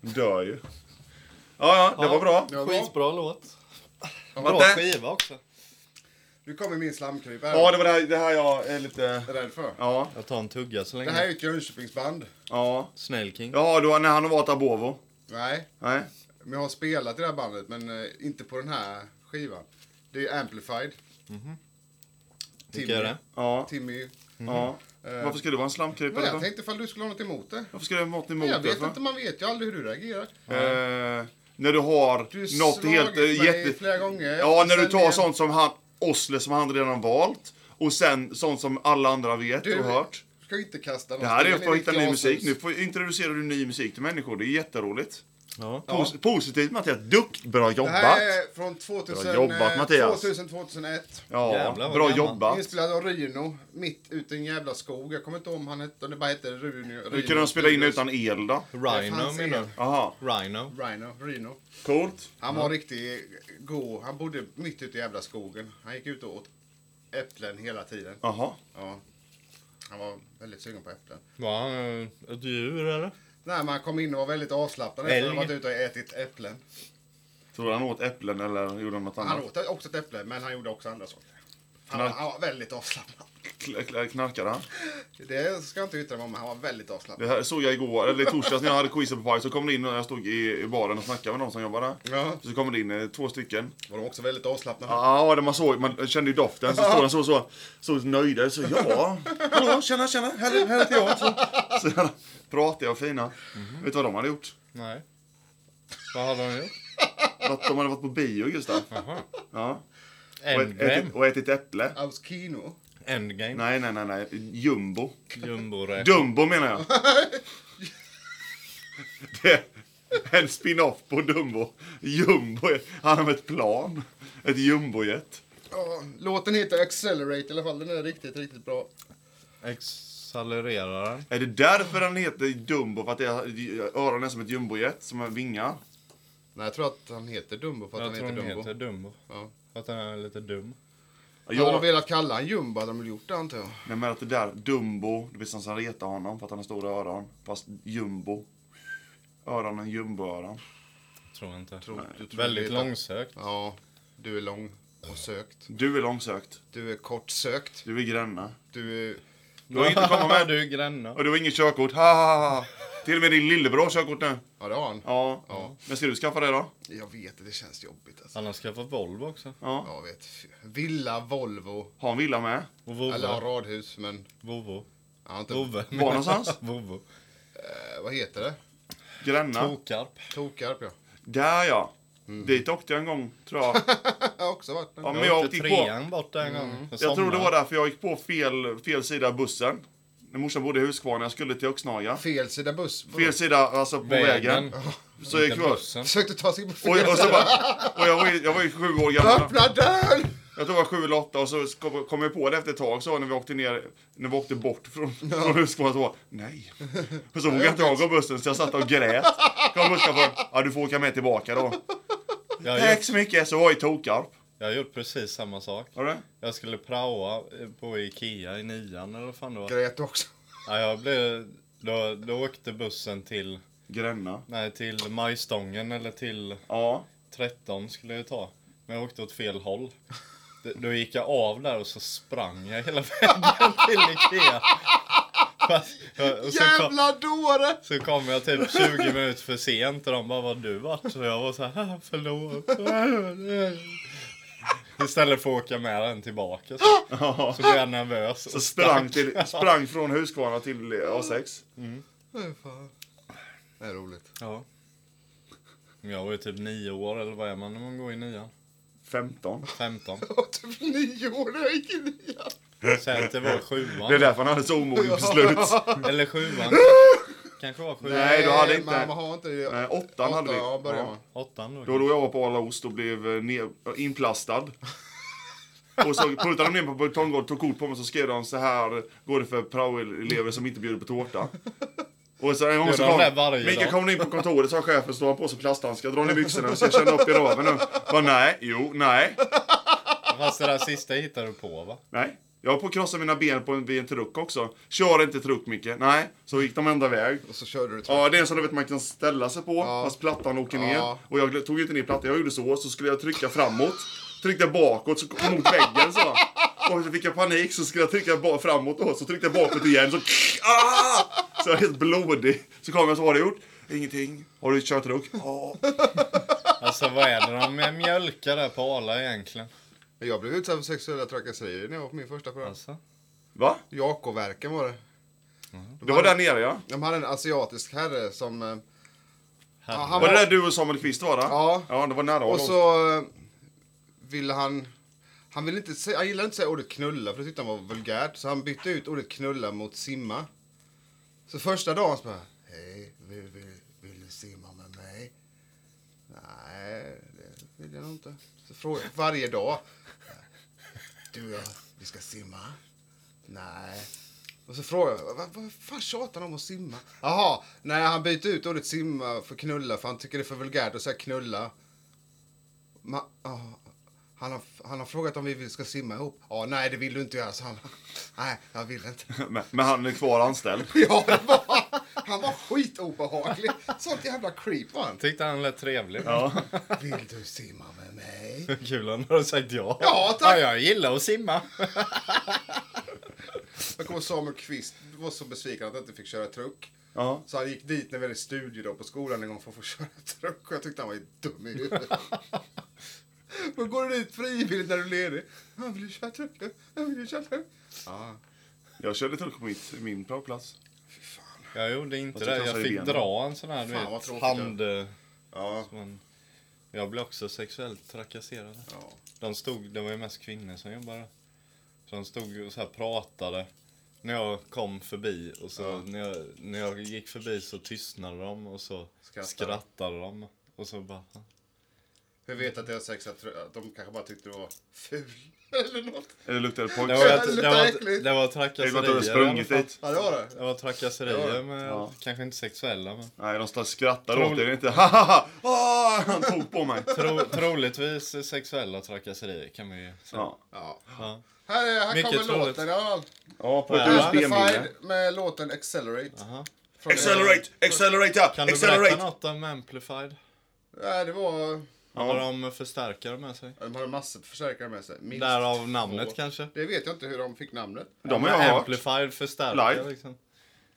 De Dör ju. Ja, ja, det var bra.
Det var bra.
Skitbra låt. Bra
Matte?
skiva också.
Nu kommer min slamkrypare.
Ja, det var det här, det här jag är lite...
är rädd för.
Ja,
Jag tar en tugga så
Det
länge.
här är ju ett Jönköpingsband.
ja.
Snäll King.
Ja, då, när han har varit abovo.
Nej,
Nej.
men jag har spelat i det här bandet, men eh, inte på den här skivan. Det är Amplified.
Mhm.
Vilka är det?
Ja,
Timmy.
ja. Varför skulle det vara en
Men
slamkrypare?
Mm-hmm. jag
då?
tänkte ifall du skulle ha något emot det.
Varför skulle det vara något emot alltså?
jag
det
vet
för?
inte, man vet ju aldrig hur du reagerar.
Eh, när du har
Du
något helt... eh,
mig
jätte...
flera gånger.
Ja, när du
Sen
tar
igen,
sånt som han, Osle som han redan valt. Och sen sånt som alla andra vet
Du-
och hört.
Ska inte kasta någon
Det här är
sten
för att
i
hitta
ditt
ny
glashus.
musik. Nu får, introducerar du ny musik till människor. Det är jätteroligt.
Ja.
Pos- Positivt Mattias. Dukt. Bra
Det
jobbat.
här är från 2000,
Bra jobbat, Mattias.
2000-2001.
Ja,
Jävlar, vad
bra
gammal.
jobbat.
Inspelad av Ryno, mitt ute i en jävla skog. Jag kommer inte ihåg om han hette, om det bara hette Runo.
Hur kunde de spela in utan el då?
Rhino
fanns
menar
en.
du?
Aha,
Rhino.
Rhino, Rhino.
coolt.
Han var riktigt god. Han bodde mitt ute i jävla skogen. Han gick ut och åt äpplen hela tiden.
Aha.
Ja. Han var väldigt sugen på äpplen.
Var han eh, ett djur eller?
Nej, men han kom in och var väldigt avslappnad efter att
Älg.
ha varit ute och ätit äpplen.
Tror du han åt äpplen eller gjorde han något annat?
Han åt också ett äpple, men han gjorde också andra saker. Han, var- han var väldigt avslappnad.
Kl- kl- Knarkade han?
Det ska jag inte yttra mig om, men han var väldigt avslappnad.
Det här såg jag igår, eller i torsdags när jag hade quizet på Paj så kom det in, och jag stod i i baren och snackade med någon som jobbade där.
Ja.
Så kom det in eh, två stycken.
Var de också väldigt avslappnade?
Ja, det man såg, man kände ju doften. Så stod han så, så, så nöjda. Så ja, hallå, tjena, tjena, här, här heter jag. Så, så jävla pratiga och fina. Vet du vad de hade gjort?
Nej. Vad hade han gjort?
Att de hade varit på bio, Gustav.
Jaha.
Ja. Och, ett,
Endgame.
ätit, och ätit äpple.
Auskino.
Endgame.
Nej, nej, nej, nej. Jumbo.
Jumbo-räk.
Dumbo menar jag. Det är en spin-off på Dumbo. Jumbo, är- han har ett plan. Ett jumbojet.
Ja, låten heter Accelerate i alla fall. Den är riktigt, riktigt bra.
Accelereraren.
Är det därför han heter Dumbo? För att det är, öronen är som ett jumbojet, som har vingar?
Nej, jag tror att han heter Dumbo för att
Jag
han
tror
heter
han
Dumbo.
heter Dumbo.
Ja.
För att han är lite dum.
Hade de
Jag,
velat kalla han Jumbo hade de väl gjort det antar jag.
nej, men att det där Dumbo, det visste han som retar honom för att han har stora öron. Fast jumbo. Öronen jumboöron.
Jag tror inte.
Tror- du tror
Väldigt
det är-
långsökt.
Ja, du är lång och sökt.
Du är långsökt.
Du är kortsökt.
Du är gränna.
Du är...
Du har inte kommit med.
du är gränna.
Och du har inget körkort. Ha, ha, ha, ha. Till och med din lillebror har körkort nu.
Ja, det har han.
Ja.
Ja.
Men ska du skaffa det då?
Jag vet det, det känns jobbigt alltså.
Han har skaffat Volvo också.
Ja.
Ja, jag vet. Fy- Villa, Volvo.
Ha en villa med.
Och
Eller ja,
Vovve.
radhus, men...
Vovo.
Jag har inte...
Vovve.
Var
(laughs)
någonstans?
Vovo.
Eh, vad heter det?
Gränna.
Tokarp.
Tokarp, (laughs) ja.
Där ja. Dit åkte jag en gång, tror jag.
Jag har också varit där.
Ja, men
Jag
jag
åkte
gick på.
trean bort en gång.
Mm. Jag tror det var därför jag gick på fel, fel sida av bussen. När morsan bodde i Huskvarna, jag skulle till Öxnaga.
Fel sida buss.
Fel sida, alltså på vägen.
Vägen.
Så jag gick jag.
bussen.
Försökte ta sig på fel
Och, jag- och, så
sida.
bara, och jag, var ju, jag var ju sju år gammal.
Öppna dörren!
Jag tror jag var sju eller åtta och så kom- kom jag på det efter ett tag så när vi åkte ner, när vi åkte bort från, från Huskvarna så var nej. Och så vågade jag inte jag gå bussen så jag satt och grät. Kom busschauffören, ja du får åka med tillbaka då.
Jag har,
Tack
gjort,
så mycket, så var jag i Tokarp.
jag har gjort precis samma sak.
Har du det?
Jag skulle praoa eh, på Ikea i nian eller vad fan det var.
Grät också.
Ja, jag blev... Då, då åkte bussen till...
Gränna.
Nej, till Majstången eller till
Ja.
13 skulle jag ta. Men jag åkte åt fel håll. D- Då gick jag av där och så sprang jag hela (laughs) vägen till Ikea. Fast- Och så kom,
Jävla dåre!
så kom jag typ 20 minuter för sent och de bara vad du vart? Så jag var så här "Ah, förlåt. Istället för att åka med den tillbaka så, så blev jag nervös.
Så
och
sprang, till, sprang från Huskvarna till A6.
Nej, fan. Det är (laughs) roligt.
Ja. Jag var ju typ nio år, eller vad är man när man går i nian?
15.
15.
Jag var typ nio år när jag gick i nian.
Säg att det var
Det är
sjuan.
därför han hade så omoget beslut.
Eller sjuan. Kanske var sjuan.
Nej, du hade inte.
Man, man har inte det.
Nej, åttan hade vi.
Ja, börjar man.
Åttan då.
Då då jag var på Arla Ost och blev eh, ner, inplastad. Och så pruttade de ner på Bultongård, tog kort på mig så skrev de så här går det för praoelever som inte bjuder på tårta. Och så en gång
Gör
så
de
kom,
det varje
Mika
dag?
kom in på kontoret sa chefen, står han på sig plasthandskar, drar ner byxorna och så jag känner upp i röven nu. Bara nej, jo, nej,
Fast det där sista hittade du på va?
nej. Jag var på att krossa mina ben på en, vid en truck också. Kör inte truck Micke, nej. Så gick de enda väg.
Och så körde du.
Ja, det är en sån du vet man kan ställa sig på, fast plattan åker
Ja.
ner. Och jag glö- tog ju inte ner plattan, jag gjorde så, så skulle jag trycka framåt. Tryckte jag bakåt, så mot väggen så. Och så fick jag panik, så skulle jag trycka ba- framåt då, så tryckte jag bakåt igen, så (laughs) ah! Så jag är helt blodig. Så kom jag, så har du gjort? Ingenting. Har du kört ruck? Ja.
Alltså vad är det de med mjölkar där på Arla egentligen?
Jag blev utsatt för sexuella trakasserier när jag var på min första program.
Alltså.
Va?
Jakoverken var det.
Det var där nere ja.
De hade en asiatisk herre som... eh, Ja, han
Var det
var-
där du och Samuel Kvist var? Då?
Ja.
Ja, det var nära
Och
honom. (laughs)
så eh, ville han... Han, ville inte säga, han gillade inte säga ordet knulla för det tyckte han var vulgärt. Så han bytte ut ordet knulla mot simma. Så första dagen så bara... Hej, vill, vill, vill du simma med mig? Nej, det vill jag nog inte. Så frågade jag varje dag. Du och jag, vi ska simma. Nej. Och så frågade jag, vad, vad fan tjatar han om att simma? Jaha, nej han byter ut ordet simma för knulla för han tycker det är för vulgärt att säga knulla. Ma, ja, han, har, han har frågat om vi vill- ska simma ihop. Ja, nej det vill du inte göra, så han. Nej, jag vill inte. (laughs)
Men, men han är kvar anställd.
Ja, det var, han var skitobehaglig. Sånt jävla creep var han.
Tyckte han lät trevlig.
Vill du simma med mig?
Kul han hade sagt ja.
Ja, tack.
jag gillar att simma.
Jag kommer ihåg Samuel Kvist var så besviken att han inte fick köra truck.
Ja.
Så han gick dit när vi hade studie då på skolan en gång för att få köra truck. Och jag tyckte han var ju dum i huvudet. (laughs) Men går du dit frivilligt när du är ledig? Ja, vill du köra truck? Ja, vill du köra truck? Ja.
Jag körde truck på mitt, min praoplats.
Jag gjorde inte
Och så
det.
krossade
Jag fick
benen.
dra en sån här du
Fan, vad
vet,
tråkigt,
hand... eh,
Ja.
som man- Jag blev också sexuellt trakasserad.
ja.
De stod, det var ju mest kvinnor som jobbade. Så de stod och så här pratade. När jag kom förbi och så när, jag, när jag gick förbi så tystnade de och så
Skrattade.
skrattade, de. Och så bara...
Hur vet att det är sex att tru- att de kanske bara tyckte du var ful? (laughs) Eller något.
Eller luktade det
Det
pojk.
var,
Det
jag-
det
lite
var,
äckligt.
det var
var att
trakasserier
du hade
i alla
sprungit
fall.
dit.
Ja, det var det.
Det var trakasserier men
Ja.
kanske inte sexuella men.
Nej, de står och skrattar
Tror-
åt det. Det är inte (laughs) haha, ah, han tog på mig.
Tro, troligtvis sexuella trakasserier kan vi ju säga.
Ja,
Ja.
Ja.
Här, är, här
Mycket
kommer
troligt.
låten i alla fall.
ja på ett
Ja.
USB-minne.
Amplified med låten Accelerate.
Aha.
Från-
Accelerate, accelerate, ja,
Kan du berätta
accelerate.
något om Amplified?
Nej, det var...
Har de förstärkare med sig?
De hade massor av förstärkare med sig. Minst
Därav namnet
två.
kanske?
Det vet jag inte hur de fick namnet.
De har jag hört.
Amplified förstärkare
Live.
liksom.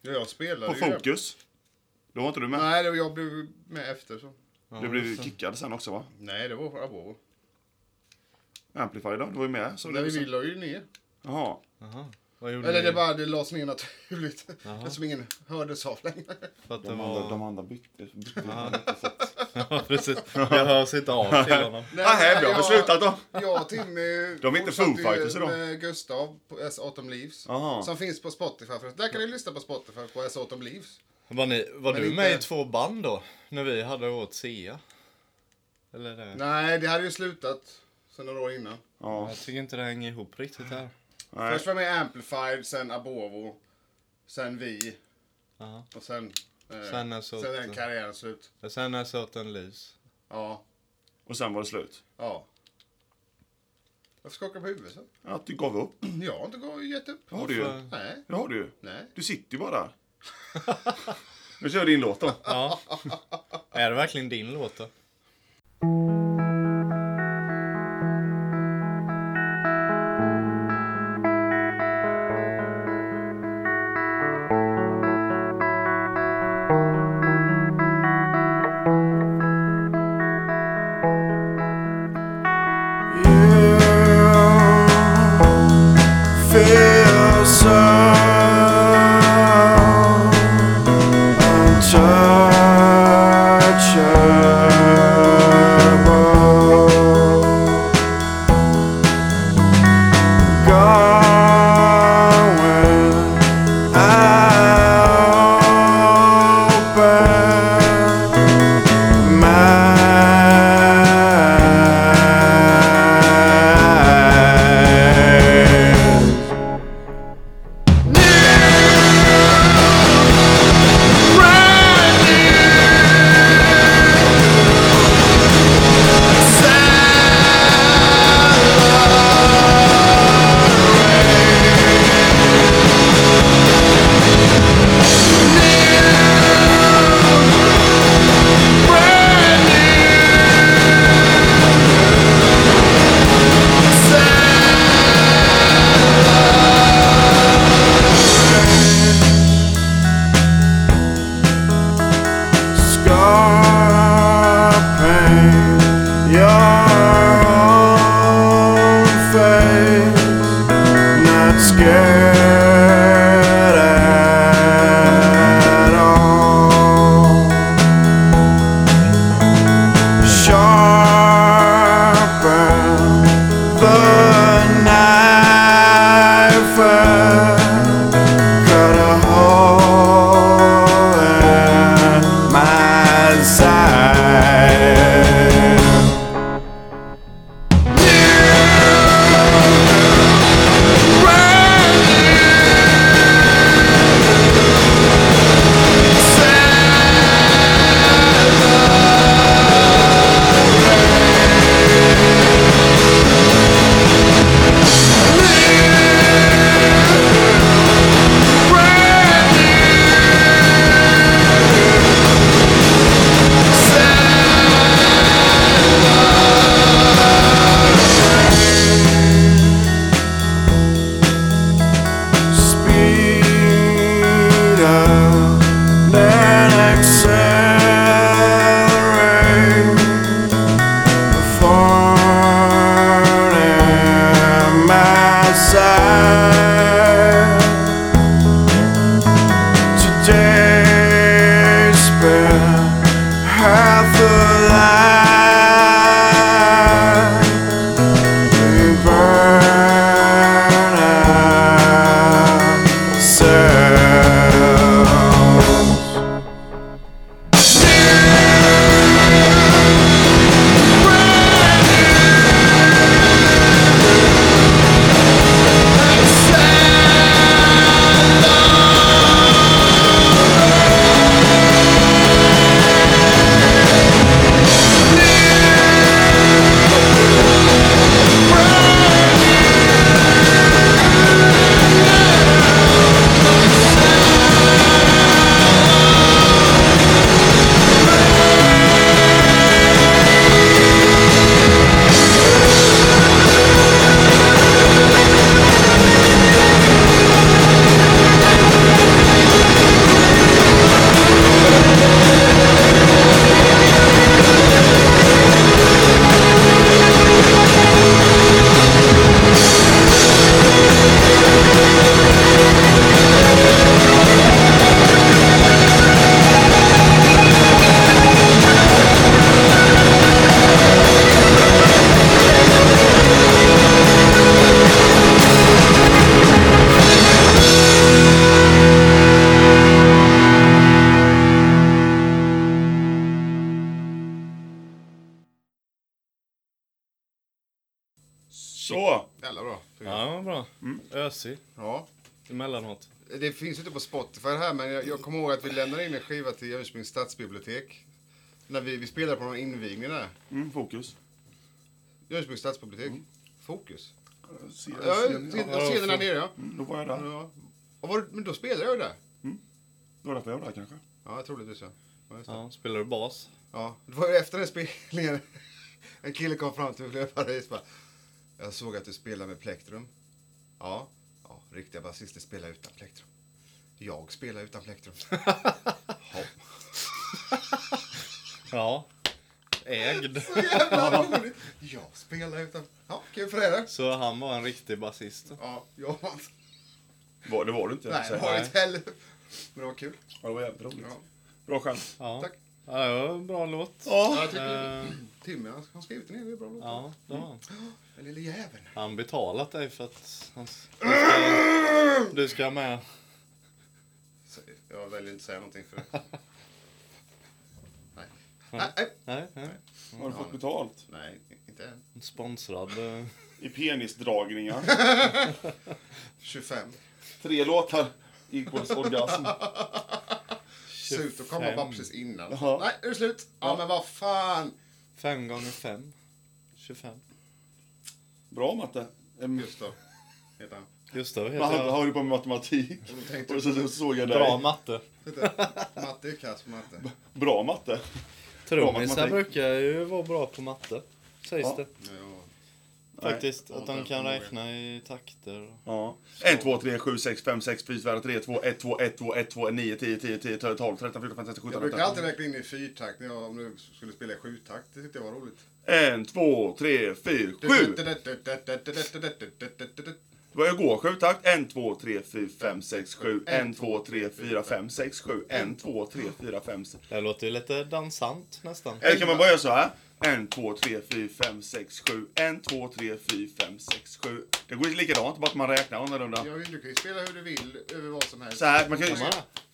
Ja, jag spelade
På
ju det.
Fokus. Då var inte du med.
Nej, det var- jag blev med efter så.
Du blev kickad sen också va?
Nej, det var Abovo.
Amplifier då? Du var ju med. Så
Nej,
du
vi
sen.
la ju ner.
Jaha.
Jaha. Vad gjorde
Eller
ni?
det bara det lades ner naturligt. (laughs) Eftersom ingen hördes av längre.
För att det
De andra, de
var...
andra byggde.
(laughs) Ja, precis. Jag hörs inte av till honom.
Nej, vi har beslutat då.
Jag och Timmy
De är inte
fortsatte
Foo Fighters
ju
idag.
med Gustav på S. Autumn Leaves.
Aha.
Som finns på Spotify. För där kan ni lyssna på Spotify på S. Autumn Leaves.
Var, ni, var
Men
du
inte-
med i två band då? När vi hade vårt SEA? Eller det?
Nej, det hade ju slutat sen några år innan.
Ja.
Jag tycker inte det hänger ihop riktigt här.
Nej.
Först var jag med i Amplified, sen Abovo, sen vi
Jaha.
och sen... Eh,
Sen är så-
sen den karriären slut.
Och Sen är Certain Leaves.
Ja,
Och sen var det slut.
ja. Varför skakar du på huvudet så?
Att du gav upp.
Jag har inte gå- gett upp.
Det har du ju.
Varför?
Nej,
Det har du ju.
nej.
Du sitter ju bara
(laughs)
där. Nu kör vi din låt då.
Ja. är det verkligen din låt då?
Say
bra.
Mm.
Ösig.
Ja.
Emellanåt.
Det finns ju inte på Spotify här, men jag, jag kommer ihåg att vi lämnade in en skiva till Jönköpings stadsbibliotek. När vi, vi spelade på någon invigning där.
Mm, fokus.
Jönköpings stadsbibliotek. Fokus.
Jag ser-
Mm. Ja,
jag
Jag
ser-
ser- jag ser den här nere, ja.
Mm, Då var jag där. Det
ja. Och var, men då spelade jag ju där.
var därför jag var där kanske.
Ja, troligtvis ja. Ja, just det.
Ja, spelar du bas?
Ja, det var ju efter den spelningen. (laughs) En kille kom fram till mig i Flöparadis och bara. Jag såg att du spelar med plektrum. Ja, ja riktiga basister spelar utan plektrum. Jag spelar utan plektrum. (laughs) Ja.
Ja. Ägd.
Så jävla roligt. Jag spelar utan... Ja, kul för dig då.
(laughs) Så han var en riktig basist.
Ja, jag var
Var, det var du inte. jag
Nej, det
säger.
var inte heller. Men det var kul.
Ja, det var jävligt roligt.
Ja.
Bra skämt.
Ja.
Tack.
Ja, det var en bra låt.
Ja, jag tycker
Eh.
Timmy han har skrivit den. Det är bra låt.
Ja, det var han.
Den lille jäveln.
Han betalat dig för att han... s- han
(clears throat)
ska- Du ska med.
Så Jag väljer inte säga någonting för det. Nej. Nej, nej.
Nej, nej.
Har du fått betalt?
Nej, inte än.
Sponsrad. eh.
I penisdragningar. (laughs)
25.
Tre låtar. Equals orgasm.
Slut och komma bara precis innan.
Jaha.
Nej, nu är det slut. Ja, men vad fan.
Fem gånger fem. 25.
Bra matte. Ehm,
Just då. Heter han.
Gustav heter
Han han
jag.
höll på med matematik.
Och då tänkte
Och så, så såg jag dig.
Bra matte.
Matte är kass på matte.
Bra matte.
Trummisar
matematik.
brukar ju vara bra på matte. Sägs
Ja.
det.
Ja.
Faktiskt.
Ja,
Att de
jag
kan
kommer ihåg.
räkna i takter.
Ja. 1, 2, 3, 7, 6, 5, 6, 4, 4, 3, 2, 1, 2, 1, 2, 1, 2, 9, 10, 10, 10, 12, 13, 14, 15, 16,
Jag
17,
brukar
18.
alltid räkna in i fyrtakt när jag, om du skulle spela i sjutakt. Det tyckte jag var roligt.
1, 2, 3, 4, 7. Det var igår sjutakt. 1, 2, 3, 4, 5, 6, 7. 1, 2, 3, 4, 5, 6, 7. 1, 2, 3, 4, 5, 6.
Det låter ju lite dansant nästan.
Eller kan man börja så här? 1, 2, 3, 4, 5, 6, 7. 1, 2, 3, 4, 5, 6, 7. Det går ju likadant, bara att man räknar annorlunda.
Ja, du kan ju spela hur du vill över vad som helst.
Så här, man kan ju...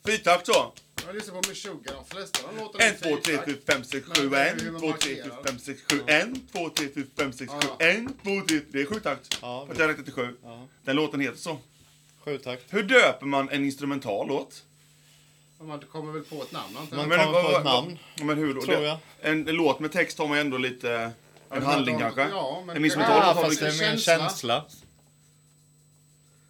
Fyrtakt så.
Jag lyssnar på Meshuggah. De flesta de låter
1, 2, 3, 4, 5, 6, 7. 1, 2, 3, 4, 5, 6, 7. 1, 2, 3, 4, 5, 6, 7. 1, 2, 3, det är sjutakt.
Ja,
För att jag räknar till sju. Den låten heter så.
Sjutakt.
Hur döper man en instrumental låt?
Man kommer väl på ett namn antar
Man
jag.
Men
kommer
vad-
på
vad-
ett namn.
Ja, Men hur då?
Tror
Det-
jag.
En, en låt med text har man ju ändå lite... En
men
handling
de-
kanske?
ja, men-
en instrumental
Ja,
Ja,
låt har man
fast det är mer en
Känsla.
känsla.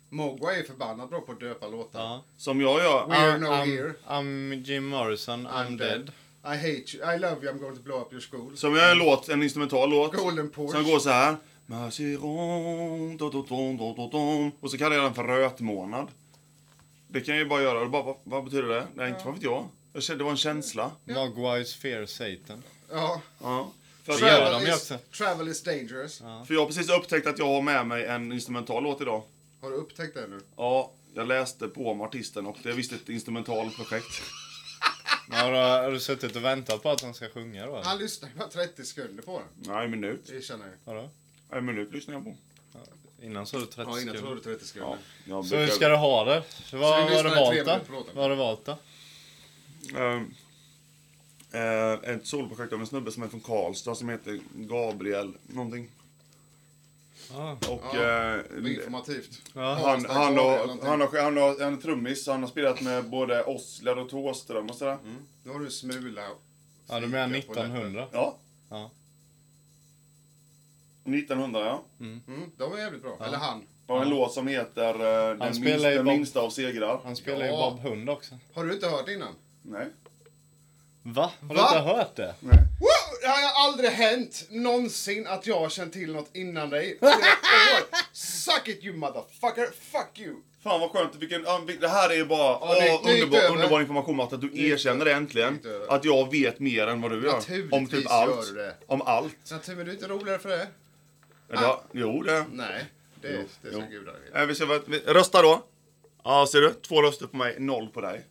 Mogwai är förbannat bra på att döpa låtar.
Ja.
Som jag gör.
We're
I'm,
no
I'm,
here.
I'm Jim Morrison, I'm, dead.
I hate you. I love you. I'm going to blow up your school.
Som jag gör en låt, en instrumental låt.
Golden Porsche.
Som går så här. Marcheron, do, do, do, do, do, do. Och så kallar jag den för rötmånad. Det kan jag ju bara göra. Och Bara, vad, vad betyder det? Nej, inte vad vet jag. Jag kände det var en känsla.
Mogwai's Fear Satan.
Ja.
Ja. För,
Det gör
att,
de ju
is,
också.
travel is dangerous.
för jag har precis upptäckt att jag har med mig en instrumental låt idag.
Har du upptäckt det nu?
Ja, jag läste på om artisten och det är visst ett instrumentalprojekt.
Men Har du, har du suttit och väntat på att han ska sjunga då? eller?
Han lyssnade bara 30 sekunder på den.
Nej, en minut.
Det känner jag.
Vadå?
En minut lyssnar jag på.
Innan så var det 30
Ja, innan tror
sekunder.
du 30
Ja,
sekunder.
jag
Så hur
brukar-
ska du ha det? Vad
Så du
har du
lyssnar i tre
valt
minuter på
då?
låten?
Vad har du valt då?
Ehm, eh, ett solprojekt av en snubbe som är från Karlstad som heter Gabriel någonting.
Ah.
Och
Ja.
eh,
Det var informativt.
Ja.
han,
Karlstad,
han,
Gabriel,
har,
någonting.
han, har, han, har, han är trummis, så han har spelat med både Ossler och Thåström och sådär.
Nu har du en smula.
Ja, du menar
fika på läppen.
1900?
Ja.
Ja.
1900 ja.
Mm, de var jävligt bra. Eller han.
Och en låt som heter eh, Den,
spelar
minsta,
i
den
Bob-
minsta av segrar.
Han spelar ju
Ja.
Bob Hund också.
Har du inte hört innan?
Nej.
Va? Har
Va?
du inte hört det?
Wow! Det har aldrig hänt någonsin att jag har känt till något innan dig. Flera år. Suck it you motherfucker! Fuck you!
Fan vad skönt, vilken, ah, vil- det här är ju bara
Ja, det-
ah,
det gick
underbar,
över.
underbar information Matt, att du erkänner det äntligen.
gick över.
Att jag vet mer än vad du gör. Om
Naturligtvis
typ
gör
allt.
du det. Ah.
Om allt.
Natur, men du är inte roligare för det?
Ja, det, har- Jo det.
Nej, det, är- det är
jo.
så gudar vill.
Nej, vi ser vad, vi, rösta då. Ja ser du, två röster på mig, noll på dig.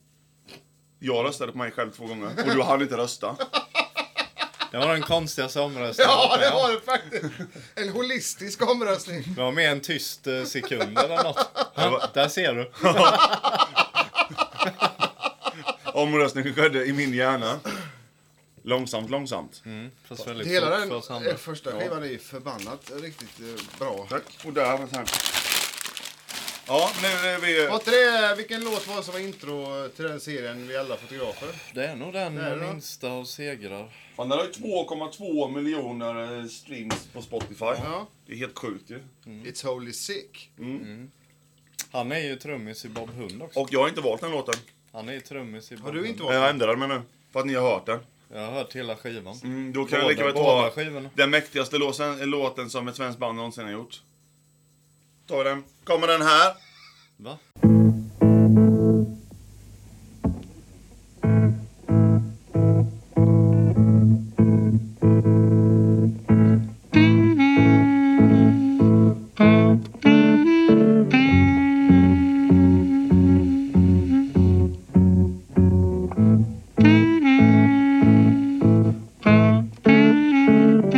Jag röstade på mig själv två gånger och du hann inte rösta.
Det var
(laughs)
den konstigaste omröstningen.
Ja, det var det faktiskt. En holistisk omröstning.
Det var mer en tyst eh, sekund eller (laughs) något. Ha, där ser du.
Omröstningen skedde i min hjärna. Långsamt, långsamt.
Mm.
Fast väldigt
Hela
fort
den
för oss andra.
eh, första skivan är ju förbannat riktigt eh, bra.
Tack. Och där, här. Ja, nu är vi...
Var inte det, vilken låt var det som var intro till den serien Vi alla fotografer?
Det är nog den
är det då.
minsta av segrar.
Fan, den har ju 2,2 miljoner eh, streams på Spotify.
Ja.
Det är helt sjukt ju.
It's Holy Sick.
Han är ju trummis i Bob Hund också.
Och jag har inte valt den låten.
Han är ju trummis i Bob
Har du
Hund.
inte
Men Jag
varit
ändrar den menar jag. För att ni har hört den.
Jag har hört hela skivan.
Mm, då kan jag lika väl
Båda- båda
ta
skivorna.
den mäktigaste låsen, eh, låten som ett svenskt band någonsin har gjort. Tar vi den. Kommer den här.
Va?
Thank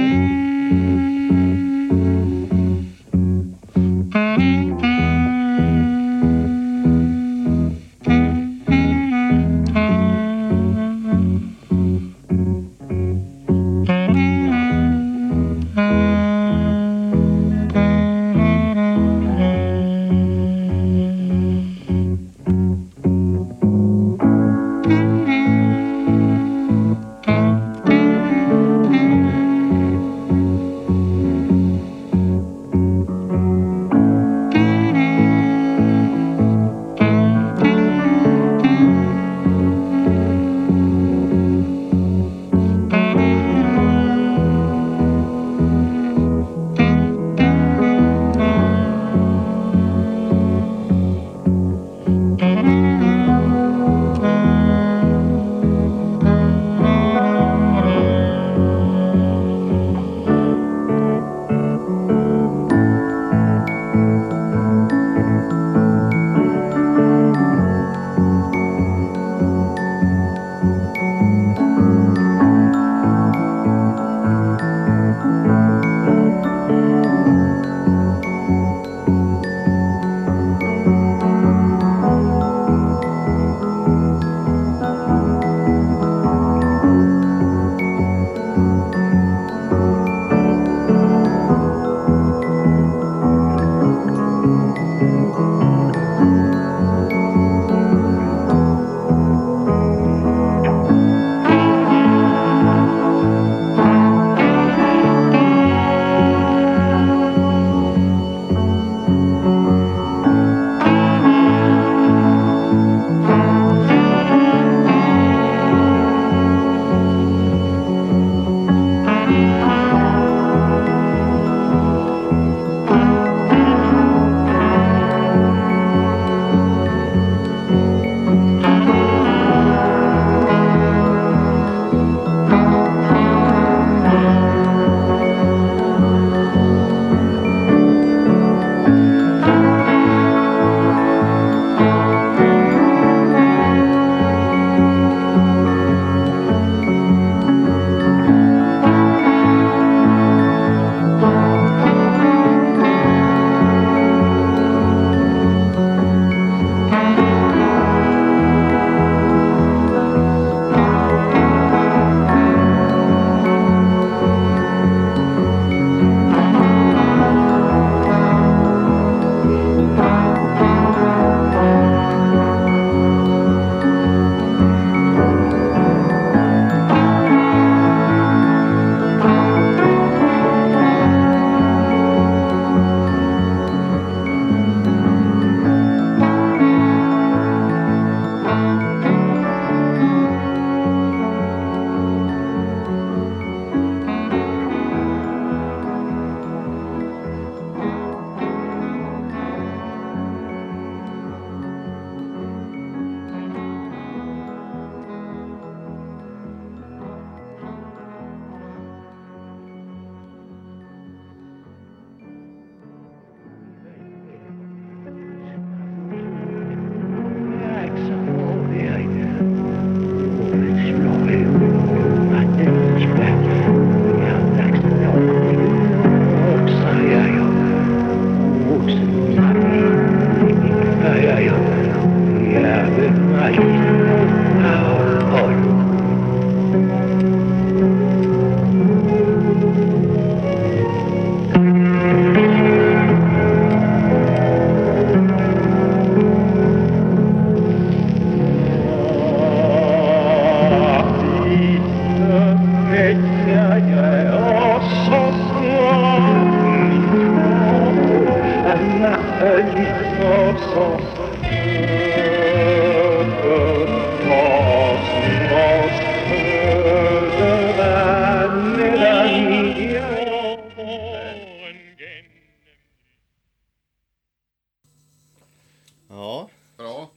Ja,
Bra.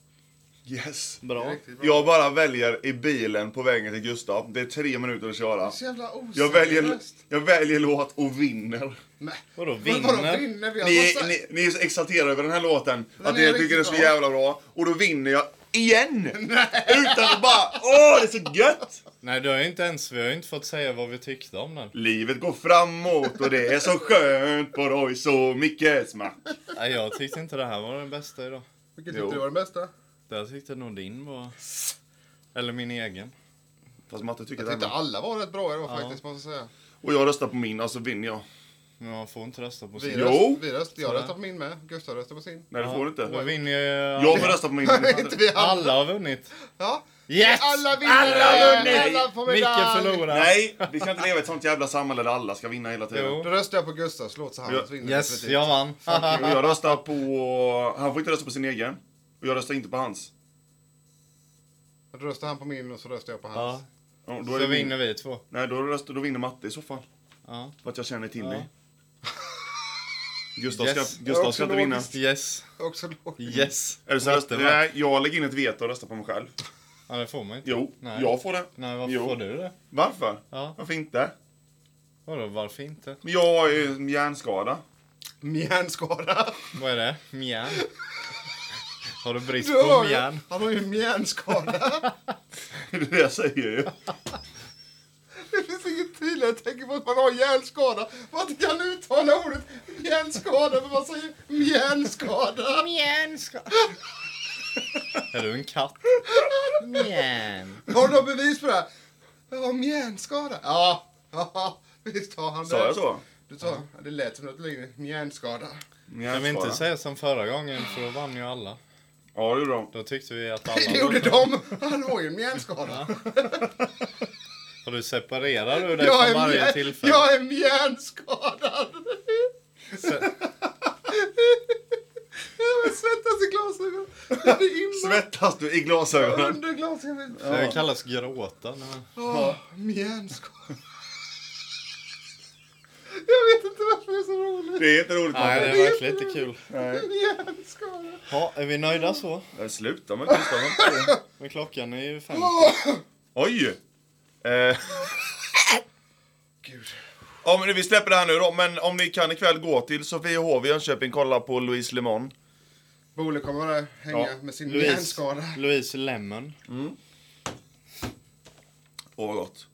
Yes.
bra.
Riktigt bra.
Jag bara väljer i bilen på vägen till Gustav. Det är tre minuter att köra.
Så jävla oseriöst.
Jag väljer, jag väljer låt och vinner.
Nej.
Vadå,
Men Vadå
vinner?
vinner? Vi har
Ni,
massa...
ni, ni är så exalterade över den här låten.
Den
Att
är
ni tycker den är så
riktigt bra.
jävla bra. Och då vinner jag igen! Utan att bara, åh det är så gött!
Nej, du har ju inte ens, vi har ju inte fått säga vad vi tyckte om den.
Livet går framåt och det är så skönt på Roy, så mycket smack.
Nej, jag tyckte inte det här var den bästa idag.
Vilken tyckte du var den bästa?
Det här tyckte nog din var... Eller min egen.
Fast Matte tycker
Jag tyckte
det här
alla var rätt bra idag faktiskt, måste jag säga.
Och jag röstar på min, alltså vinner jag.
Men man får inte rösta på
Vi
sin.
röst, vi röst, jag röstar på min med. Gustav röstar på sin. (laughs)
Nej det får du
Då
inte.
vinner ju...
Jag får rösta på min.
Inte vi alla.
Alla har vunnit.
Ja.
Yes!
Alla vinner!
Alla vinner!
Alla får
Micke
medalj!
förlorar.
Nej, vi kan inte leva i ett sånt jävla samhälle där alla ska vinna hela tiden.
Jo.
Då röstar jag på Gustavs låt så han
Ja.
vinner
Yes,
definitivt.
jag vann.
Och jag röstar på... Han får inte rösta på sin egen. Och jag röstar inte på hans.
Då röstar han på min och så röstar jag på hans.
Ja,
Ja, Då är
så
det min.
vinner vi två.
Nej, då, röstar, då vinner Matte i så fall.
Ja.
För att jag känner till dig. Gustav
Yes.
ska, Gustav ska inte vinna.
Yes.
Också lågt.
Yes.
Eller så röstar,
Matte, va?
nej, jag lägger in ett veto och röstar på mig själv.
Ja, det får man inte.
Jo,
Nej.
jag får det.
Nej, varför
Jo.
får du det?
Varför?
Ja.
Varför inte?
Vadå, varför inte?
Men jag har ju en hjärnskada.
(laughs)
(laughs)
Mjärnskada.
Vad är det? (laughs) Mjärn? Har du brist
Du hör
på
ju.
mjärn?
Han har ju mjärnskada. (laughs)
Det är det jag säger ju.
Det finns inget tydligare tecken på att man har hjärnskada. Man kan uttala ordet hjärnskada, men man säger mjärnskada.
(laughs) Är du en katt? Mjärn.
Har du något bevis på det här? Jag har mjärnskada. Ja, ja, visst har han det.
Sa jag så?
Du sa, ja. det lät som något liknande. Mjärnskada.
Kan vi inte
Hjärnskada.
säga som förra gången, för då vann ju alla.
Ja, det gjorde de.
Då tyckte vi att (laughs) alla...
Det gjorde de. Han har ju en mjärnskada.
Har du separerat ur dig
Jag
från
är,
varje
mjär,
tillfälle?
jag är mjärnskadad.
Se-
Jag svettas i glasögonen. Det är innan,
(laughs) Svettas du i glasögonen?
under glasögonen.
Det kallas gråta. när man-
Åh, mjärnskada. Jag vet inte varför det är så roligt.
Det är inte roligt.
Nej, det är verkligen inte kul.
Mjärnskada.
Ja, är vi nöjda så?
Nej, Sluta med Gustav. vad är det?
Men klockan är ju fem.
Oj! Eh,
Gud.
ja, men vi släpper det här nu då. Men om ni kan ikväll gå till Sofiehof i Jönköping kolla på Louise Lemon.
Bole kommer att hänga
Ja,
med sin
Louise,
mjärnskada.
Louise Lemon.
Åh, vad gott.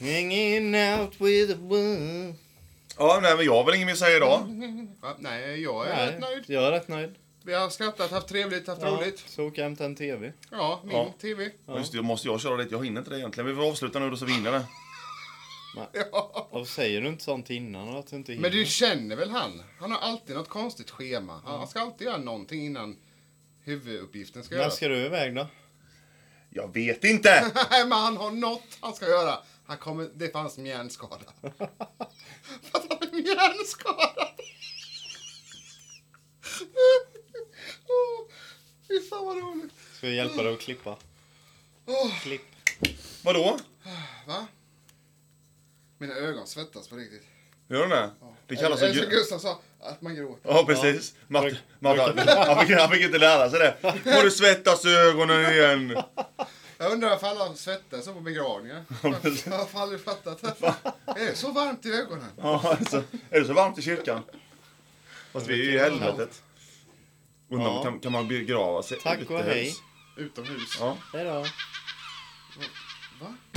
Hanging out with a woman.
Ja, nej, men jag har väl inget mer att säga idag.
Va? Nej, jag är
Nej,
rätt nöjd.
Jag är rätt nöjd.
Vi har skrattat, haft trevligt, haft
Ja, Mm.
roligt.
så åker jag och hämtar en TV.
Ja, min
Ja.
tv.
Ja. Just det, då måste jag köra dit. Jag hinner inte det egentligen. Vi får avsluta nu då så vi hinner det.
Och säger du inte sånt innan att du inte hinner?
Men du känner väl han? Han har alltid något konstigt schema. Han han ska alltid göra någonting innan huvuduppgiften ska
Mm. När
göras.
ska du iväg då?
Jag vet inte!
(laughs) Nej, men han har något han ska göra. Han kommer... Det fanns
(laughs)
mjärnskada. För att han är mjärnskadad. (laughs) Åh, Fy fan vad roligt.
Ska jag hjälpa dig att klippa?
Åh,
Klipp.
Vadå?
va? Mina ögon svettas på riktigt.
Gör den det? Det kallas
Eller som
för...
Gustav sa, att man gråter.
Ja, precis. Matt, Matt, (laughs) han, fick, han fick inte lära sig det. Och det svettas i ögonen igen.
Jag undrar varför alla svettas så på
(laughs)
begravningar. Jag har fan aldrig fattat det. Det är så varmt i ögonen.
Ja, alltså, är det så varmt i kyrkan? Fast vi är ju i helvetet. Undrar om
Ja.
kan, kan man begrava sig
Tack och
utomhus?
hej.
Utomhus.
Ja.
Hej då.
Va?